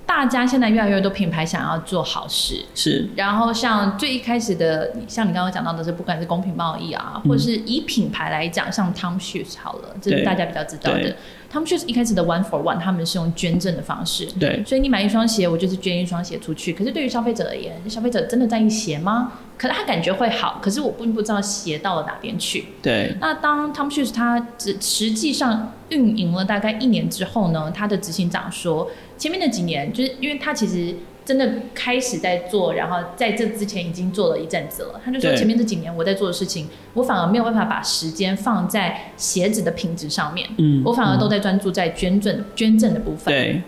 [SPEAKER 2] 大家现在越来越多品牌想要做好事，
[SPEAKER 1] 是
[SPEAKER 2] 然后像最一开始的，像你刚刚讲到的是，不管是公平贸易啊，或者是以品牌来讲，像 Tom Shoes 好了，这
[SPEAKER 1] 嗯对
[SPEAKER 2] 是大家比较知道的
[SPEAKER 1] 对。
[SPEAKER 2] Tom Shoes 一开始的 One for One，他们是用捐赠的方式，
[SPEAKER 1] 对
[SPEAKER 2] 所以你买一双鞋，我就是捐一双鞋出去。可是对于消费者而言，消费者真的在意鞋吗？可是他感觉会好，可是我并不知道鞋到了哪边去。
[SPEAKER 1] 对
[SPEAKER 2] 那当 Tom Shoes 它只实际上运营了大概一年之后呢，它的执行长说，前面的几年就是因为他其实真的开始在做，然后在这之前已经做了一阵子了，他就说
[SPEAKER 1] 对
[SPEAKER 2] 前面这几年我在做的事情，我反而没有办法把时间放在鞋子的品质上面，
[SPEAKER 1] 嗯
[SPEAKER 2] 我反而都在专注在捐赠捐赠的部分。
[SPEAKER 1] 对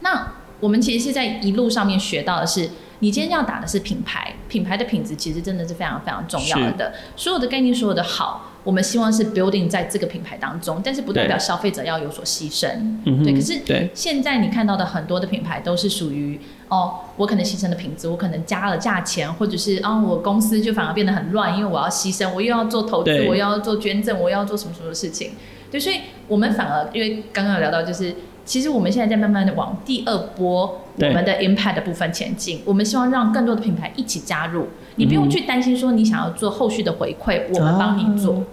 [SPEAKER 2] 那我们其实是在一路上面学到的是，你今天要打的是品牌，品牌的品质其实真的是非常非常重要的。所有的概念，所有的好，我们希望是 building 在这个品牌当中，但是不代表消费者要有所牺牲。
[SPEAKER 1] 嗯哼
[SPEAKER 2] 对，可是
[SPEAKER 1] 对
[SPEAKER 2] 现在你看到的很多的品牌都是属于哦，我可能牺牲了品质，我可能加了价钱，或者是啊、我公司就反而变得很乱，因为我要牺牲，我又要做投资，
[SPEAKER 1] 对
[SPEAKER 2] 我又要做捐赠，我又要做什么什么事情。对，所以我们反而因为刚刚有聊到，就是其实我们现在在慢慢的往第二波我
[SPEAKER 1] 对
[SPEAKER 2] 们的 impact 的部分前进，我们希望让更多的品牌一起加入，你不用去担心说你想要做后续的回馈，我们帮你做。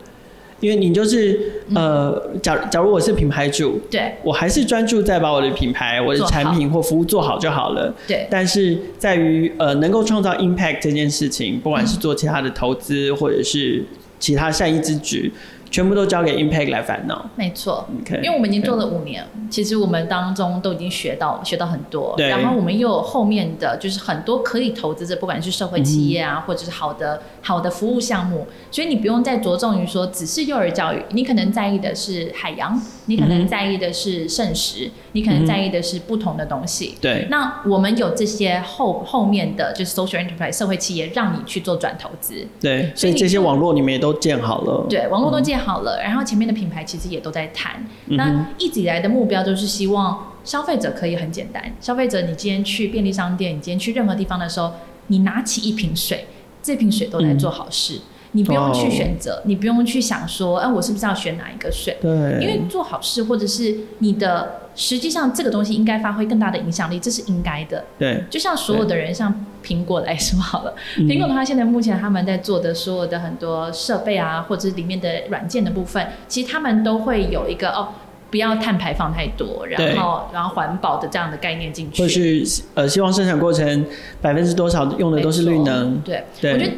[SPEAKER 1] 因为你就是
[SPEAKER 2] 嗯
[SPEAKER 1] 呃，假假如我是品牌主，
[SPEAKER 2] 对
[SPEAKER 1] 我还是专注在把我的品牌、我的
[SPEAKER 2] 做好
[SPEAKER 1] 产品或服务做好就好了。
[SPEAKER 2] 对
[SPEAKER 1] 但是在于呃，能够创造 impact 这件事情，不管是做其他的投
[SPEAKER 2] 嗯
[SPEAKER 1] 资，或者是其他善意之举，全部都交给 impact 来烦恼。
[SPEAKER 2] 没错。
[SPEAKER 1] OK，
[SPEAKER 2] 因为我们已经做了五年，其实我们当中都已经学到学到很多，
[SPEAKER 1] 对
[SPEAKER 2] 然后我们又有后面的就是很多可以投资者，不管是社会企业啊，
[SPEAKER 1] 嗯
[SPEAKER 2] 或者是好的好的服务项目，所以你不用再着重于说只是幼儿教育，你可能在意的是海洋，你可
[SPEAKER 1] 嗯
[SPEAKER 2] 能
[SPEAKER 1] 哼
[SPEAKER 2] 在意的是剩食，你可能在意的是不同的东西。
[SPEAKER 1] 嗯对
[SPEAKER 2] 那我们有这些后后面的就是 social enterprise 社会企业，让你去做转投资，
[SPEAKER 1] 对，所
[SPEAKER 2] 所
[SPEAKER 1] 以
[SPEAKER 2] 以你
[SPEAKER 1] 这些
[SPEAKER 2] 就
[SPEAKER 1] 网络你们也都建好了。
[SPEAKER 2] 对，网
[SPEAKER 1] 嗯
[SPEAKER 2] 络都建好了，然后前面的品牌其实也都在谈。
[SPEAKER 1] 嗯哼
[SPEAKER 2] 那一直以来的目标就是希望消费者可以很简单，消费者你今天去便利商店，你今天去任何地方的时候，你拿起一瓶水，这瓶水都在做好事，
[SPEAKER 1] 嗯
[SPEAKER 2] 你不用去选择，你不用去想说，哎、我是不是要选哪一个水？
[SPEAKER 1] 对，
[SPEAKER 2] 因为做好事或者是你的，实际上这个东西应该发挥更大的影响力，这是应该的。
[SPEAKER 1] 对
[SPEAKER 2] 就像所有的人，像苹果来说好了，
[SPEAKER 1] 嗯
[SPEAKER 2] 苹果的话，现在目前他们在做的所有的很多设备啊，或者是里面的软件的部分，其实他们都会有一个哦，不要碳排放太多，
[SPEAKER 1] 对
[SPEAKER 2] 然后然后环保的这样的概念进去
[SPEAKER 1] 或，是呃，希望生产过程百分之多少用的都是绿能
[SPEAKER 2] 没错。对，
[SPEAKER 1] 对
[SPEAKER 2] 我觉得。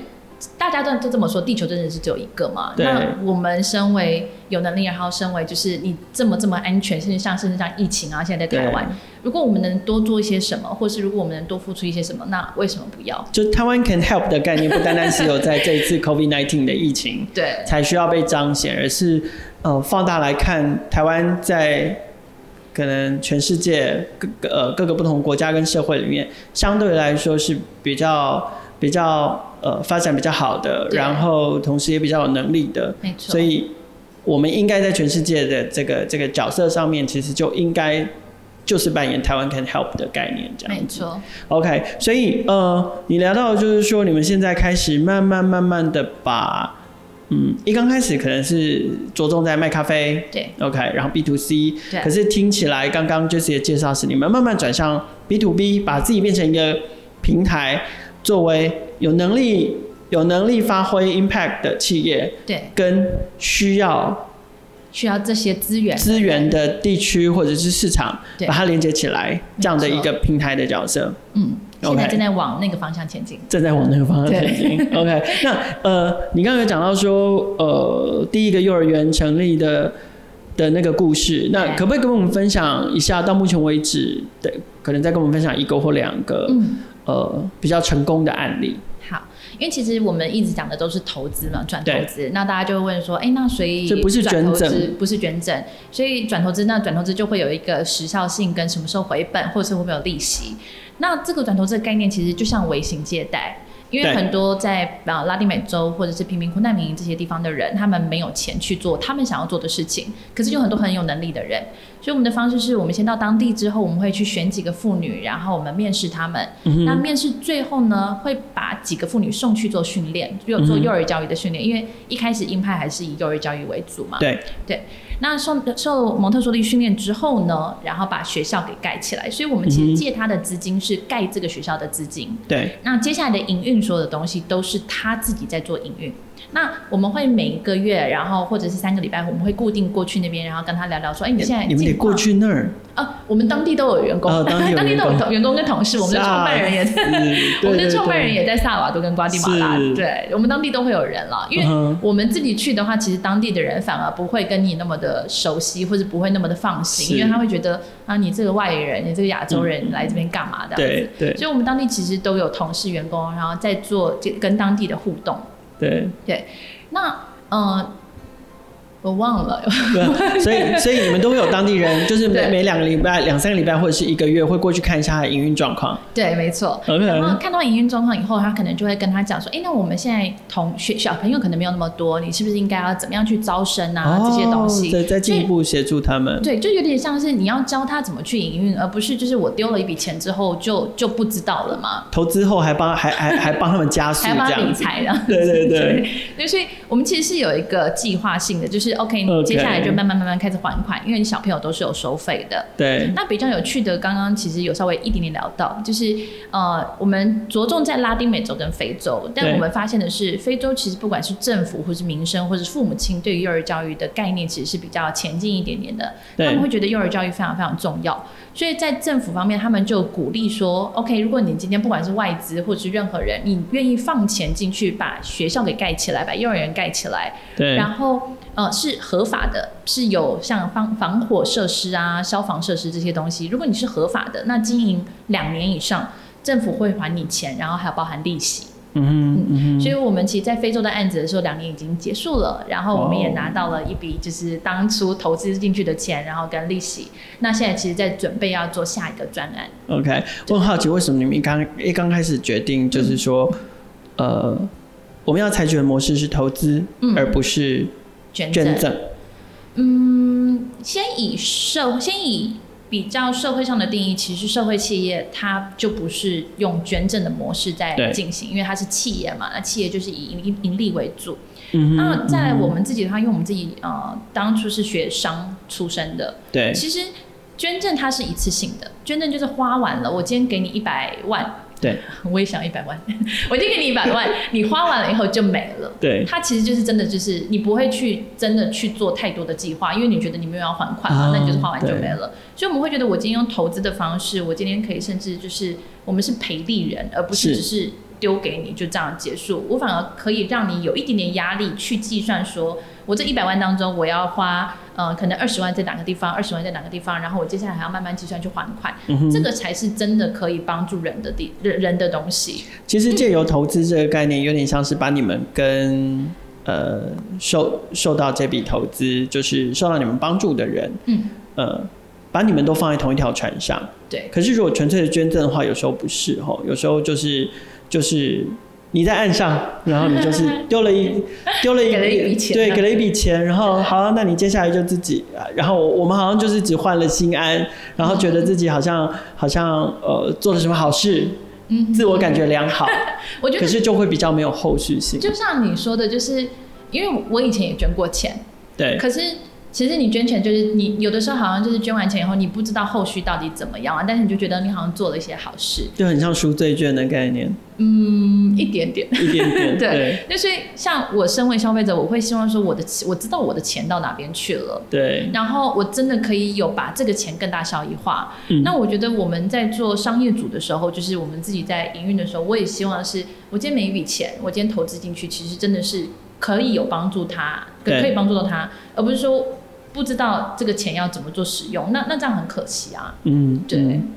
[SPEAKER 2] 大家都都这么说，地球真的是只有一个嘛？
[SPEAKER 1] 对
[SPEAKER 2] 那我们身为有能力，然后身为就是你这么这么安全，甚至像甚至像疫情啊，现在在台湾，如果我们能多做一些什么，或是如果我们能多付出一些什么，那为什么不要？
[SPEAKER 1] 就台湾 can help 的概念，不单单只有在这一次 COVID 1 9的疫情
[SPEAKER 2] 对，
[SPEAKER 1] 才需要被彰显，而是呃放大来看，台湾在可能全世界各个呃各个不同国家跟社会里面，相对来说是比较比较呃发展比较好的，
[SPEAKER 2] 对
[SPEAKER 1] 然后同时也比较有能力的，
[SPEAKER 2] 没错，
[SPEAKER 1] 所以我们应该在全世界的这个这个角色上面，其实就应该就是扮演台湾 can help 的概念这样
[SPEAKER 2] 没
[SPEAKER 1] 子。
[SPEAKER 2] 错，
[SPEAKER 1] OK，所以呃，你聊到的就是说，你们现在开始慢慢慢慢的把，嗯，一刚开始可能是着重在卖咖啡
[SPEAKER 2] 对
[SPEAKER 1] ，OK，然后 B to C，
[SPEAKER 2] 对
[SPEAKER 1] 可是听起来刚刚 Jesse 的介绍是你们慢慢转向 B to B，把自己变成一个平台，作为有能力有能力发挥 impact 的企业，
[SPEAKER 2] 对，
[SPEAKER 1] 跟需要
[SPEAKER 2] 需要这些资源，
[SPEAKER 1] 资源的地区或者是市场，
[SPEAKER 2] 对
[SPEAKER 1] 把它连接起来，这样的一
[SPEAKER 2] 没错
[SPEAKER 1] 个平台的角色。
[SPEAKER 2] 嗯，现
[SPEAKER 1] OK
[SPEAKER 2] 在正在往那个方向前进。
[SPEAKER 1] 正在往那个方向前进。OK，那呃，你刚刚有讲到说，呃，第一个幼儿园成立的的那个故事，那
[SPEAKER 2] 对
[SPEAKER 1] 可不可以跟我们分享一下？到目前为止的，可能再跟我们分享一个或两个、
[SPEAKER 2] 嗯，
[SPEAKER 1] 呃比较成功的案例。
[SPEAKER 2] 好，因为其实我们一直讲的都是投资嘛，转投资，那大家就会问说，哎、那所以
[SPEAKER 1] 这不是
[SPEAKER 2] 转投
[SPEAKER 1] 捐
[SPEAKER 2] 资
[SPEAKER 1] 赠，
[SPEAKER 2] 不是捐赠，所以转投资，那转投资就会有一个时效性跟什么时候回本，或者是会不会有利息。那这个转投资的概念其实就像微型借贷。因
[SPEAKER 1] 对
[SPEAKER 2] 为很多在啊拉丁美洲或者是贫民窟、难民营这些地方的人，他们没有钱去做他们想要做的事情，可是有很多很有能力的人，所以我们的方式是我们先到当地之后，我们会去选几个妇女，然后我们面试他们。那面试最后呢，会把几个妇女送去做训练，有做幼儿教育的训练，因为一开始鹰派还是以幼儿教育为主嘛。
[SPEAKER 1] 对，
[SPEAKER 2] 那受受蒙特梭利训练之后呢，然后把学校给盖起来，所以我们其
[SPEAKER 1] 嗯哼
[SPEAKER 2] 实借他的资金是盖这个学校的资金。
[SPEAKER 1] 对，
[SPEAKER 2] 那接下来的营运所有的东西都是他自己在做营运。那我们会每一个月，然后或者是三个礼拜，我们会固定过去那边，然后跟他聊聊说，哎，你现在
[SPEAKER 1] 你们得
[SPEAKER 2] 近况
[SPEAKER 1] 过去那儿，
[SPEAKER 2] 啊，我们当地都有员工，
[SPEAKER 1] 哦当 地有员工
[SPEAKER 2] 都有同员工跟同事，我们的创办人也在，
[SPEAKER 1] 是 啊
[SPEAKER 2] 我们
[SPEAKER 1] 对
[SPEAKER 2] 的创办人
[SPEAKER 1] 对
[SPEAKER 2] 也在萨瓦多跟瓜地马拉
[SPEAKER 1] 是，
[SPEAKER 2] 对，我们当地都会有人了，
[SPEAKER 1] 嗯
[SPEAKER 2] 因为
[SPEAKER 1] 哼
[SPEAKER 2] 我们自己去的话，其实当地的人反而不会跟你那么的熟悉，或者不会那么的放
[SPEAKER 1] 是
[SPEAKER 2] 心，因为他会觉得啊，你这个外人，你这个亚洲人来这边干嘛的？
[SPEAKER 1] 对对
[SPEAKER 2] 所以我们当地其实都有同事、员工，然后在做这跟当地的互动。
[SPEAKER 1] 对
[SPEAKER 2] 那呃，我忘了，
[SPEAKER 1] 对， 所以所以你们都会有当地人，就是每
[SPEAKER 2] 对
[SPEAKER 1] 每两个礼拜、两三个礼拜或者是一个月会过去看一下他的营运状况。
[SPEAKER 2] 对，没错。
[SPEAKER 1] OK
[SPEAKER 2] 然后看到营运状况以后，他可能就会跟他讲说：“哎，那我们现在同学小朋友可能没有那么多，你是不是应该要怎么样去招生啊？这些东西。
[SPEAKER 1] 哦对，再进一步协助他们。
[SPEAKER 2] 对，就有点像是你要教他怎么去营运，而不是就是我丢了一笔钱之后就就不知道了嘛，
[SPEAKER 1] 投资后还帮还还还帮他们加速
[SPEAKER 2] 还要帮
[SPEAKER 1] 这
[SPEAKER 2] 他理
[SPEAKER 1] 样子，
[SPEAKER 2] 财的。
[SPEAKER 1] 对对对，
[SPEAKER 2] 对，所以我们其实是有一个计划性的，就是 OK，你
[SPEAKER 1] OK
[SPEAKER 2] 接下来就慢慢慢慢开始还款，因为你小朋友都是有收费的。
[SPEAKER 1] 对
[SPEAKER 2] 那比较有趣的，刚刚其实有稍微一点点聊到，就是呃，我们着重在拉丁美洲跟非洲，但
[SPEAKER 1] 对
[SPEAKER 2] 我们发现的是，非洲其实不管是政府或是民生或是父母亲对于幼儿教育的概念，其实是比较前进一点点的。他们
[SPEAKER 1] 对
[SPEAKER 2] 会觉得幼儿教育非常非常重要，所以在政府方面，他们就鼓励说，OK，如果你今天不管是外资或者是任何人，你愿意放钱进去把学校给盖起来，把幼儿园盖起来，
[SPEAKER 1] 对
[SPEAKER 2] 然后呃是合法的，是有像防防火设施啊、消防设施这些东西，如果你是合法的，那经营两年以上，政府会还你钱，然后还有包含利息。
[SPEAKER 1] 嗯哼嗯哼，
[SPEAKER 2] 所以我们其实，在非洲的案子的时候，两年已经结束了，然后我们也拿到了一笔就是当初投资进去的钱，然后跟利息。那现在其实在准备要做下一个专案。
[SPEAKER 1] OK，我很好奇，为什么你们一刚一刚开始决
[SPEAKER 2] 嗯
[SPEAKER 1] 定就是说，呃，我们要采取的模式是投资，
[SPEAKER 2] 嗯
[SPEAKER 1] 而不是
[SPEAKER 2] 捐赠，
[SPEAKER 1] 捐赠？
[SPEAKER 2] 嗯，先以社先以比较社会上的定义，其实社会企业它就不是用捐赠的模式在
[SPEAKER 1] 对
[SPEAKER 2] 进行，因为它是企业嘛，那企业就是以盈盈利为主。
[SPEAKER 1] 嗯
[SPEAKER 2] 那
[SPEAKER 1] 哼，
[SPEAKER 2] 再来我们自己的话，因为我们自己呃当初是学商出身的，
[SPEAKER 1] 对
[SPEAKER 2] 其实捐赠它是一次性的，捐赠就是花完了，我今天给你一百万，
[SPEAKER 1] 对，
[SPEAKER 2] 我也想一百万，我就给你一百万，你花完了以后就没了。
[SPEAKER 1] 对
[SPEAKER 2] 它其实就是真的，就是你不会去真的去做太多的计划，因为你觉得你没有要还款嘛
[SPEAKER 1] 啊，
[SPEAKER 2] 那你就是花完就
[SPEAKER 1] 对
[SPEAKER 2] 没了。所以我们会觉得，我今天用投资的方式，我今天可以甚至就是我们是赔利人，而不
[SPEAKER 1] 是
[SPEAKER 2] 是只是丢给你就这样结束。我反而可以让你有一点点压力去计算说。我这一百万当中，我要花呃可能二十万在哪个地方，二十万在哪个地方，然后我接下来还要慢慢计算去还款，
[SPEAKER 1] 嗯哼
[SPEAKER 2] 这个才是真的可以帮助人的地人人的东西。
[SPEAKER 1] 其实借由投资这个概念，有点像是把你们跟呃受受到这笔投资，就是受到你们帮助的人，
[SPEAKER 2] 嗯，
[SPEAKER 1] 呃，把你们都放在同一条船上。
[SPEAKER 2] 对，
[SPEAKER 1] 可是如果纯粹的捐赠的话，有时候不是吼，有时候就是就是你在岸上，然后你就是丢了 一丢了一
[SPEAKER 2] 给了一笔钱啊
[SPEAKER 1] 对，给了一笔钱，然后好、那你接下来就自己，啊然后我们好像就是只换了心安，然后觉得自己好像好像呃做了什么好事，
[SPEAKER 2] 嗯，
[SPEAKER 1] 自我感觉良好，
[SPEAKER 2] 我觉
[SPEAKER 1] 可
[SPEAKER 2] 得
[SPEAKER 1] 是就会比较没有后续性。
[SPEAKER 2] 就像你说的，就是因为我以前也捐过钱，
[SPEAKER 1] 对
[SPEAKER 2] 可是其实你捐钱就是你有的时候好像就是捐完钱以后，你不知道后续到底怎么样啊，但是你就觉得你好像做了一些好事，
[SPEAKER 1] 就很像赎罪券的概念，
[SPEAKER 2] 嗯，一点点。
[SPEAKER 1] 一点点。对
[SPEAKER 2] 对，那所以像我身为消费者，我会希望说我的我知道我的钱到哪边去了。
[SPEAKER 1] 对，
[SPEAKER 2] 然后我真的可以有把这个钱更大效益化。
[SPEAKER 1] 嗯
[SPEAKER 2] 那我觉得我们在做商业组的时候，就是我们自己在营运的时候，我也希望是，我今天每一笔钱，我今天投资进去，其实真的是可以有帮助他，可
[SPEAKER 1] 对
[SPEAKER 2] 可以帮助到他，而不是说不知道这个钱要怎么做使用，那那这样很可惜啊。
[SPEAKER 1] 嗯，
[SPEAKER 2] 对，
[SPEAKER 1] 嗯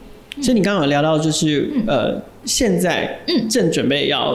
[SPEAKER 1] 所以你刚刚有聊到，就是、
[SPEAKER 2] 嗯
[SPEAKER 1] 呃，现在
[SPEAKER 2] 嗯
[SPEAKER 1] 正准备要，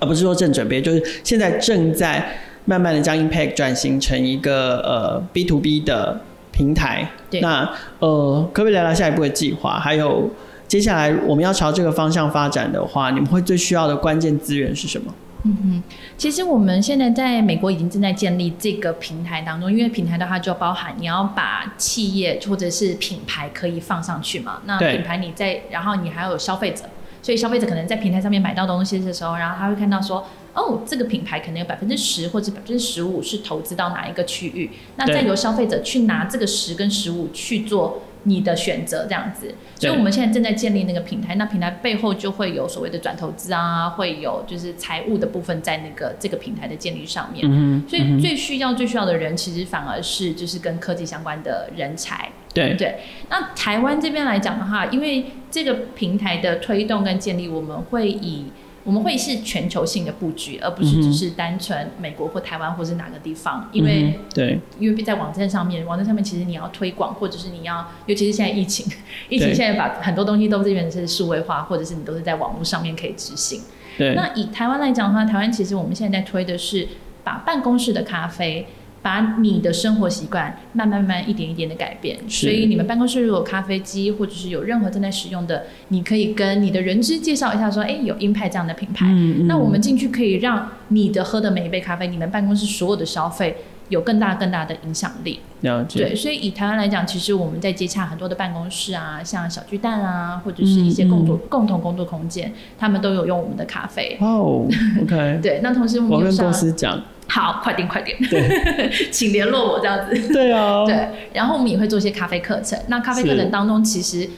[SPEAKER 1] 啊，不是说正准备，就是现在正在慢慢的将 Impact 转型成一个呃 B to B 的平台。
[SPEAKER 2] 对
[SPEAKER 1] 那呃，可不可以聊聊下一步的计划？还有接下来我们要朝这个方向发展的话，你们会最需要的关键资源是什么？
[SPEAKER 2] 嗯哼，其实我们现在在美国已经正在建立这个平台当中，因为平台的话就包含你要把企业或者是品牌可以放上去嘛，那
[SPEAKER 1] 对
[SPEAKER 2] 品牌你在，然后你还要有消费者，所以消费者可能在平台上面买到东西的时候，然后他会看到说，哦，这个品牌可能有百分之十或者百分之十五是投资到哪一个区域，那
[SPEAKER 1] 对
[SPEAKER 2] 再由消费者去拿这个十跟十五去做你的选择，这样子。所以
[SPEAKER 1] 对
[SPEAKER 2] 我们现在正在建立那个平台，那平台背后就会有所谓的转投资啊，会有就是财务的部分在那个这个平台的建立上面。
[SPEAKER 1] 嗯哼，
[SPEAKER 2] 所以最需要最需要的人，其实反而是就是跟科技相关的人才。
[SPEAKER 1] 对
[SPEAKER 2] 对，那台湾这边来讲的话，因为这个平台的推动跟建立，我们会以我们会是全球性的布局，而不
[SPEAKER 1] 嗯
[SPEAKER 2] 是
[SPEAKER 1] 哼
[SPEAKER 2] 只是单纯美国或台湾或是哪个地方，因
[SPEAKER 1] 嗯
[SPEAKER 2] 为
[SPEAKER 1] 哼对
[SPEAKER 2] 因为在网站上面，网站上面其实你要推广，或者是你要，尤其是现在疫情，疫情现在把很多东西都是变成是数位化，或者是你都是在网络上面可以执行。
[SPEAKER 1] 对
[SPEAKER 2] 那以台湾来讲的话，台湾其实我们现在在推的是把办公室的咖啡，把你的生活习惯慢慢慢慢一点一点的改变。
[SPEAKER 1] 是
[SPEAKER 2] 所以你们办公室如果有咖啡机，或者是有任何正在使用的，你可以跟你的人资介绍一下，说，哎、有 Impact 这样的品牌。
[SPEAKER 1] 嗯
[SPEAKER 2] 那
[SPEAKER 1] 嗯
[SPEAKER 2] 我们进去可以让你的喝的每一杯咖啡，你们办公室所有的消费有更大更大的影响力。
[SPEAKER 1] 了解，
[SPEAKER 2] 对，所以以台湾来讲，其实我们在接洽很多的办公室啊，像小巨蛋啊，或者是
[SPEAKER 1] 嗯
[SPEAKER 2] 一些共同、共同工作空间，他们都有用我们的咖啡。
[SPEAKER 1] 哇 哦，OK，
[SPEAKER 2] 对，那同时我
[SPEAKER 1] 我
[SPEAKER 2] 们就
[SPEAKER 1] 跟
[SPEAKER 2] 上
[SPEAKER 1] 公司讲，
[SPEAKER 2] 好，快点快点， 请联络我这样子。
[SPEAKER 1] 对啊，
[SPEAKER 2] 对，然后我们也会做一些咖啡课程。那咖啡课
[SPEAKER 1] 是
[SPEAKER 2] 程当中，其实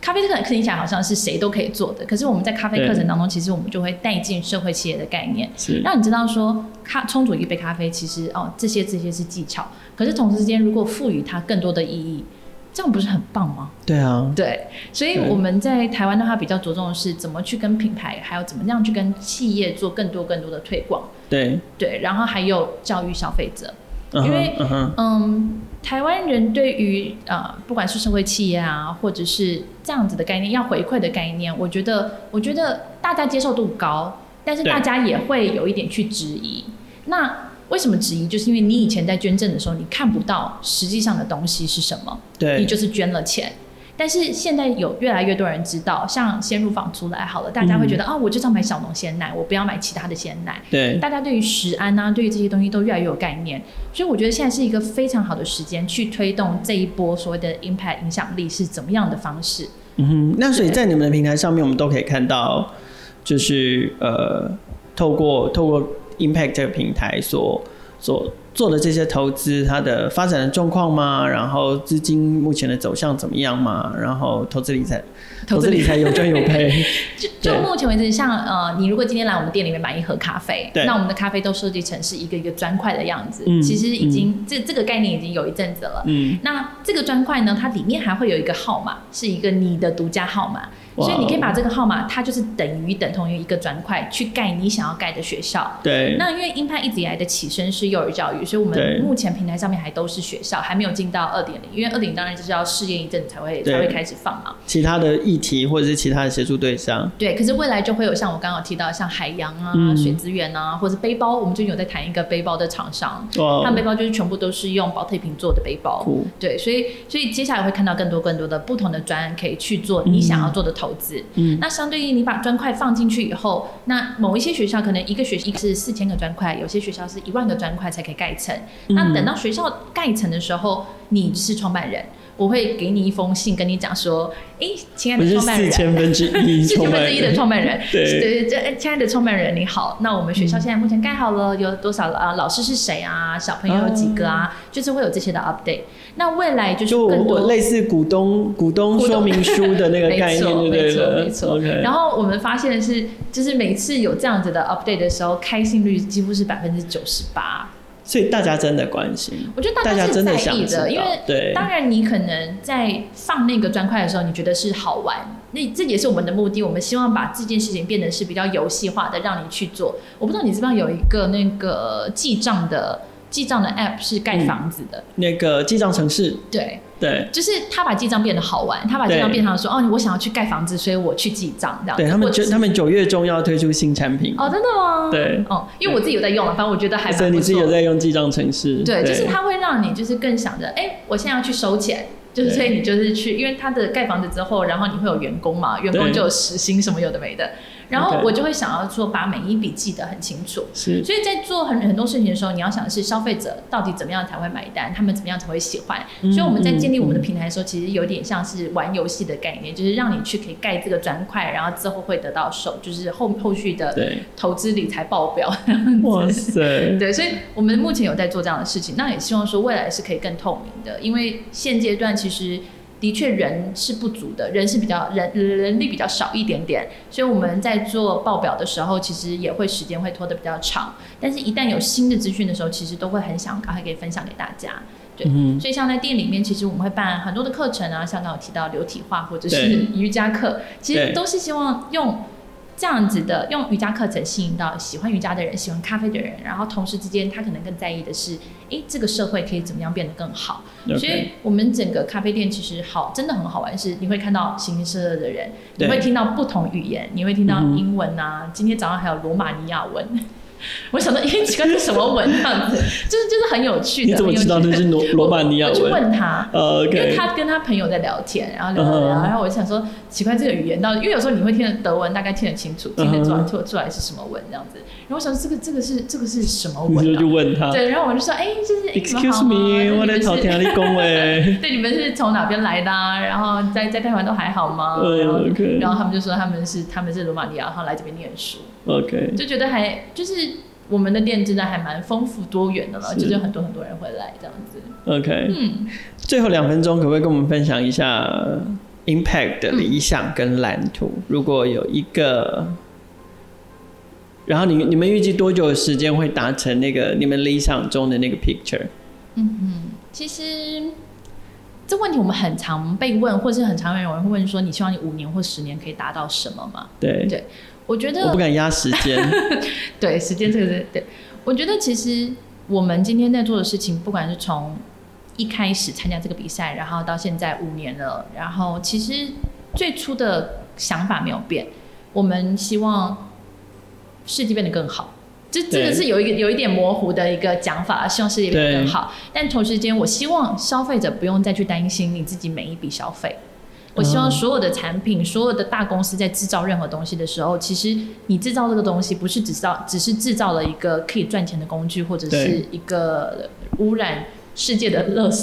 [SPEAKER 2] 咖啡课程听起来好像是谁都可以做的，可是我们在咖啡课程当中，其实我们就会带进社会企业的概念。
[SPEAKER 1] 是，
[SPEAKER 2] 让你知道说，咖冲煮一杯咖啡，其实哦，这些这些是技巧，可是同时之间，如果赋予它更多的意义，这样不是很棒吗？
[SPEAKER 1] 对啊，
[SPEAKER 2] 对，所以
[SPEAKER 1] 对
[SPEAKER 2] 我们在台湾的话，比较着重的是怎么去跟品牌，还有怎么样去跟企业做更多更多的推广，
[SPEAKER 1] 对，
[SPEAKER 2] 对，然后还有教育消费者，
[SPEAKER 1] 嗯
[SPEAKER 2] 因
[SPEAKER 1] 哼
[SPEAKER 2] 为
[SPEAKER 1] 嗯哼，
[SPEAKER 2] 嗯，台湾人对于呃，不管是社会企业啊，或者是这样子的概念，要回馈的概念，我觉得，我觉得大家接受度高，但是
[SPEAKER 1] 对
[SPEAKER 2] 大家也会有一点去质疑。那为什么质疑？就是因为你以前在捐赠的时候，你看不到实际上的东西是什么，你
[SPEAKER 1] 对，
[SPEAKER 2] 就是捐了钱。但是现在有越来越多人知道，像鲜乳坊出来好了，大家会觉得
[SPEAKER 1] 嗯
[SPEAKER 2] 啊、哦，我就是要买小农鲜奶，我不要买其他的鲜奶。
[SPEAKER 1] 对，
[SPEAKER 2] 大家对于食安啊，对于这些东西都越来越有概念，所以我觉得现在是一个非常好的时间去推动这一波所谓的 impact 影响力是怎么样的方式。
[SPEAKER 1] 嗯哼，那所以在你们的平台上面，我们都可以看到，就是呃，透过透过 Impact 这个平台所所做的这些投资，它的发展的状况吗？然后资金目前的走向怎么样吗？然后投资理财，投资理财有赚有 赔，
[SPEAKER 2] 就就
[SPEAKER 1] 对
[SPEAKER 2] 目前为止，像呃，你如果今天来我们店里面买一盒咖啡
[SPEAKER 1] 对，
[SPEAKER 2] 那我们的咖啡都设计成是一个一个砖块的样子，
[SPEAKER 1] 嗯
[SPEAKER 2] 其实已经、这这个概念已经有一阵子了。
[SPEAKER 1] 嗯，
[SPEAKER 2] 那这个砖块呢，它里面还会有一个号码，是一个你的独家号码，
[SPEAKER 1] 哇哦
[SPEAKER 2] 所以你可以把这个号码，它就是等于等同于一个砖块去盖你想要盖的学校。
[SPEAKER 1] 对，
[SPEAKER 2] 那因为英派一直以来的起身是幼儿教育，所以我
[SPEAKER 1] 对
[SPEAKER 2] 们目前平台上面还都是学校，还没有进到二点零，因为二点零当然就是要试验一阵才会
[SPEAKER 1] 对
[SPEAKER 2] 才会开始放嘛。
[SPEAKER 1] 其他的议题或者是其他的协助对象，
[SPEAKER 2] 对，可是未来就会有像我刚刚有提到，像海洋啊、
[SPEAKER 1] 嗯
[SPEAKER 2] 水资源啊，或者背包，我们最近有在谈一个背包的厂商，
[SPEAKER 1] 哇，
[SPEAKER 2] 他们背包就是全部都是用保特瓶做的背包。
[SPEAKER 1] 酷，
[SPEAKER 2] 对，所以所以接下来会看到更多更多的不同的专案可以去做你想要做的投资。
[SPEAKER 1] 嗯
[SPEAKER 2] 那相对于你把砖块放进去以后，那某一些学校可能一个学期是四千个砖块，有些学校是一万个砖块才可以盖成。那
[SPEAKER 1] 嗯
[SPEAKER 2] 等到学校盖成的时候，你是创办人，我会给你一封信，跟你讲说，诶，亲爱
[SPEAKER 1] 不
[SPEAKER 2] 的
[SPEAKER 1] 是
[SPEAKER 2] 创办
[SPEAKER 1] 四
[SPEAKER 2] 人。
[SPEAKER 1] 千分之一，
[SPEAKER 2] 四千分之一的
[SPEAKER 1] 创
[SPEAKER 2] 创办人，
[SPEAKER 1] 对嗯
[SPEAKER 2] 对，这哎亲爱的创办人你好，那我们学校现在目前盖好了，有多少啊？老师是谁啊？小朋友有几个啊？就是会有这些的 update。那未来就是
[SPEAKER 1] 嗯就我
[SPEAKER 2] 更
[SPEAKER 1] 我
[SPEAKER 2] 多。
[SPEAKER 1] 类似股东股东
[SPEAKER 2] 股东
[SPEAKER 1] 说明书的那个概念，
[SPEAKER 2] 没错，
[SPEAKER 1] 就
[SPEAKER 2] 没
[SPEAKER 1] 对
[SPEAKER 2] 错，
[SPEAKER 1] 了，
[SPEAKER 2] 没错。
[SPEAKER 1] OK，
[SPEAKER 2] 然后我们发现是，就是每次有这样子的 update 的时候，开信率几乎是百分之九十八。
[SPEAKER 1] 所以大家真的关心，
[SPEAKER 2] 我觉得
[SPEAKER 1] 大家
[SPEAKER 2] 家
[SPEAKER 1] 真
[SPEAKER 2] 是
[SPEAKER 1] 的
[SPEAKER 2] 在
[SPEAKER 1] 想
[SPEAKER 2] 意
[SPEAKER 1] 知道
[SPEAKER 2] 的，因为
[SPEAKER 1] 对
[SPEAKER 2] 当然，你可能在放那个砖块的时候，你觉得是好玩，那这也是我们的目的。我们希望把这件事情变成是比较游戏化的，让你去做。我不知道你知不知道有一个那个记账的记账的 app 是盖房子的，
[SPEAKER 1] 那个记账城市，
[SPEAKER 2] 对，
[SPEAKER 1] 对
[SPEAKER 2] 就是他把记账变得好玩，他把记账
[SPEAKER 1] 嗯对
[SPEAKER 2] 变成说，哦，我想要去盖房子，所以我去记账这样子。
[SPEAKER 1] 对，他们
[SPEAKER 2] 或者
[SPEAKER 1] 九
[SPEAKER 2] 哦是
[SPEAKER 1] 他们九月中要推出新产品，
[SPEAKER 2] 哦，真的吗？，
[SPEAKER 1] 对，
[SPEAKER 2] 哦，因为我自己有在用了，反正我觉得还蛮不
[SPEAKER 1] 所
[SPEAKER 2] 错。
[SPEAKER 1] 以你自己有在用记账城市，
[SPEAKER 2] 对，就是它会让你就是更想着，哎、我现在要去收钱，就是
[SPEAKER 1] 对
[SPEAKER 2] 所以你就是去，因为他的盖房子之后，然后你会有员工嘛，员工
[SPEAKER 1] 对
[SPEAKER 2] 就有时薪什么有的没的，然后
[SPEAKER 1] OK
[SPEAKER 2] 我就会想要说把每一笔记得很清楚。
[SPEAKER 1] 是
[SPEAKER 2] 所以在做很很多事情的时候，你要想的是消费者到底怎么样才会买单，他们怎么样才会喜欢。
[SPEAKER 1] 嗯
[SPEAKER 2] 所以我们在建立
[SPEAKER 1] 嗯
[SPEAKER 2] 我们的平台的时候，其实有点像是玩游戏的概念，就是让你去可以盖这个砖块，然后之后会得到手，就是后后续的
[SPEAKER 1] 对，
[SPEAKER 2] 投资理财报表。
[SPEAKER 1] 哇塞，
[SPEAKER 2] 对，所以我们目前有在做这样的事情，那也希望说未来是可以更透明的，因为现阶段其实的确人是不足的，人是比较人人力比较少一点点，所以我们在做报表的时候，其实也会时间会拖得比较长，但是一旦有新的资讯的时候，其实都会很想赶快给分享给大家。对
[SPEAKER 1] 嗯
[SPEAKER 2] 所以像在店里面，其实我们会办很多的课程啊，像刚刚有提到流体画或者是
[SPEAKER 1] 对
[SPEAKER 2] 瑜伽课，其实
[SPEAKER 1] 对
[SPEAKER 2] 都是希望用这样子的用瑜伽课程吸引到喜欢瑜伽的人、喜欢咖啡的人，然后同时之间他可能更在意的是，诶，这个社会可以怎么样变得更好。
[SPEAKER 1] OK
[SPEAKER 2] 所以我们整个咖啡店其实好，真的很好玩，是你会看到形形色色的人，你
[SPEAKER 1] 对
[SPEAKER 2] 会听到不同语言，你会听到
[SPEAKER 1] 嗯哼
[SPEAKER 2] 英文啊，今天早上还有罗马尼亚文。 我想到，诶，奇怪，这什么文这样子？就是就是很有趣的。
[SPEAKER 1] 你怎么
[SPEAKER 2] 很有
[SPEAKER 1] 知道
[SPEAKER 2] 趣
[SPEAKER 1] 那
[SPEAKER 2] 的
[SPEAKER 1] 是罗罗马尼亚
[SPEAKER 2] 我去
[SPEAKER 1] 文
[SPEAKER 2] 问他。
[SPEAKER 1] 呃
[SPEAKER 2] 因为
[SPEAKER 1] ？OK，
[SPEAKER 2] 他跟他朋友在聊天，然后聊聊
[SPEAKER 1] 嗯
[SPEAKER 2] 聊，
[SPEAKER 1] 哼
[SPEAKER 2] 然后我就想说，奇怪，这个语言到底，因为有时候你会听得德文，大概听得清楚，
[SPEAKER 1] 嗯哼
[SPEAKER 2] 听得出来出出来是什么文这样子。然后我想说，这个这个是这个是什么
[SPEAKER 1] 你
[SPEAKER 2] 文
[SPEAKER 1] 就
[SPEAKER 2] 啊
[SPEAKER 1] 去？问他
[SPEAKER 2] 对，然后我就说，哎，就是哎你们
[SPEAKER 1] ，Excuse
[SPEAKER 2] 好吗那
[SPEAKER 1] me，我在
[SPEAKER 2] 你们
[SPEAKER 1] 朝
[SPEAKER 2] 是。
[SPEAKER 1] 天里恭维
[SPEAKER 2] 对，你们是从哪边来的啊、然后在在台湾都还好吗？然后
[SPEAKER 1] 嗯，OK
[SPEAKER 2] 然后他们就说他们是他们是罗马尼亚，然后来这边念书，
[SPEAKER 1] OK，
[SPEAKER 2] 就觉得还就是我们的店真的还蛮丰富多元的了，
[SPEAKER 1] 是
[SPEAKER 2] 就是有很多很多人会来这样子。
[SPEAKER 1] OK，
[SPEAKER 2] 嗯，
[SPEAKER 1] 最后两分钟可不可以跟我们分享一下呃 Impact 的理想跟蓝图？
[SPEAKER 2] 嗯
[SPEAKER 1] 如果有一个，然后你你们预计多久的时间会达成那个你们理想中的那个 picture？
[SPEAKER 2] 其实这问题我们很常被问，或是很常有人会问说，你希望你五年或十年可以达到什么吗？
[SPEAKER 1] 对，
[SPEAKER 2] 对我觉得
[SPEAKER 1] 我不敢压时 间。
[SPEAKER 2] 对，时间这个是对。我觉得其实我们今天在做的事情，不管是从一开始参加这个比赛，然后到现在五年了，然后其实最初的想法没有变，我们希望世界变得更好。这这个
[SPEAKER 1] 对
[SPEAKER 2] 是有一个有一点模糊的一个讲法，希望世界变得更好。但同时间，我希望消费者不用再去担心你自己每一笔消费。我希望
[SPEAKER 1] 嗯
[SPEAKER 2] 所有的产品，所有的大公司在制造任何东西的时候，其实你制造这个东西不是只是只是制造了一个可以赚钱的工具，或者是
[SPEAKER 1] 对
[SPEAKER 2] 一个污染世界的垃圾。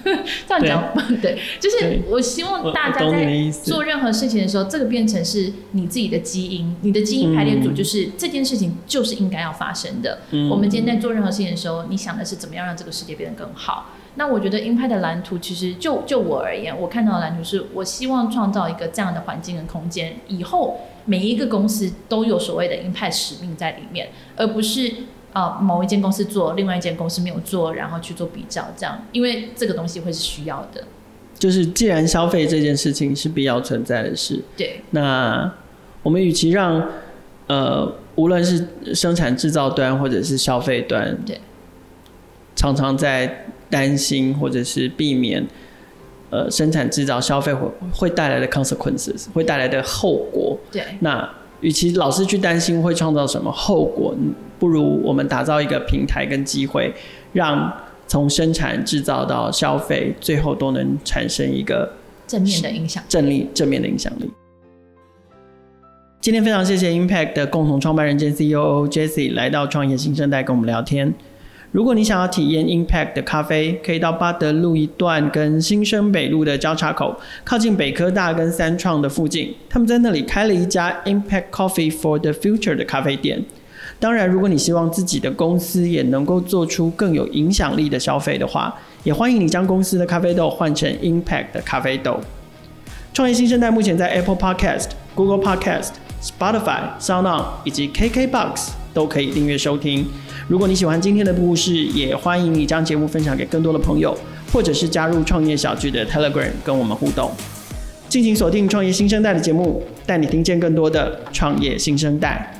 [SPEAKER 2] 这样讲 对，就是
[SPEAKER 1] 对
[SPEAKER 2] 我希望
[SPEAKER 1] 我
[SPEAKER 2] 大
[SPEAKER 1] 我
[SPEAKER 2] 家
[SPEAKER 1] 懂你的
[SPEAKER 2] 在
[SPEAKER 1] 意思
[SPEAKER 2] 做任何事情的时候，这个变成是你自己的基因，你的基因排列组就是、这件事情就是应该要发生的。
[SPEAKER 1] 嗯
[SPEAKER 2] 我们今天在做任何事情的时候，你想的是怎么样让这个世界变得更好？那我觉得鹰派的蓝图，其实就就我而言，我看到的蓝图是我希望创造一个这样的环境跟空间，以后每一个公司都有所谓的鹰派使命在里面，而不是呃某一间公司做，另外一间公司没有做，然后去做比较这样，因为这个东西会是需要的。
[SPEAKER 1] 就是既然消费这件事情是必要存在的事，
[SPEAKER 2] 对，
[SPEAKER 1] 那我们与其让呃，无论是生产制造端或者是消费端，
[SPEAKER 2] 对，
[SPEAKER 1] 常常在担心或者是避免呃生产制造消费会会带来的 consequences 会带来的后果。
[SPEAKER 2] 对，
[SPEAKER 1] 那与其老是去担心会创造什么后果，不如我们打造一个平台跟机会，让从生产制造到消费，最后都能产生一个
[SPEAKER 2] 正面的影响。
[SPEAKER 1] 正力正面的影响力。今天非常谢谢 Impact 的共同创办人兼 CEO Jesse 来到创业新生代跟我们聊天。如果你想要体验 Impact 的咖啡，可以到巴德路一段跟新生北路的交叉口，靠近北科大跟三创的附近，他们在那里开了一家 Impact Coffee for the Future 的咖啡店。当然，如果你希望自己的公司也能够做出更有影响力的消费的话，也欢迎你将公司的咖啡豆换成 Impact 的咖啡豆。创业新生代目前在 Apple Podcast、Google Podcast、Spotify、SoundOn 以及 KKBox 都可以订阅收听。如果你喜欢今天的故事，也欢迎你将节目分享给更多的朋友，或者是加入创业小聚的 Telegram 跟我们互动。敬请锁定创业新生代的节目，带你听见更多的创业新生代。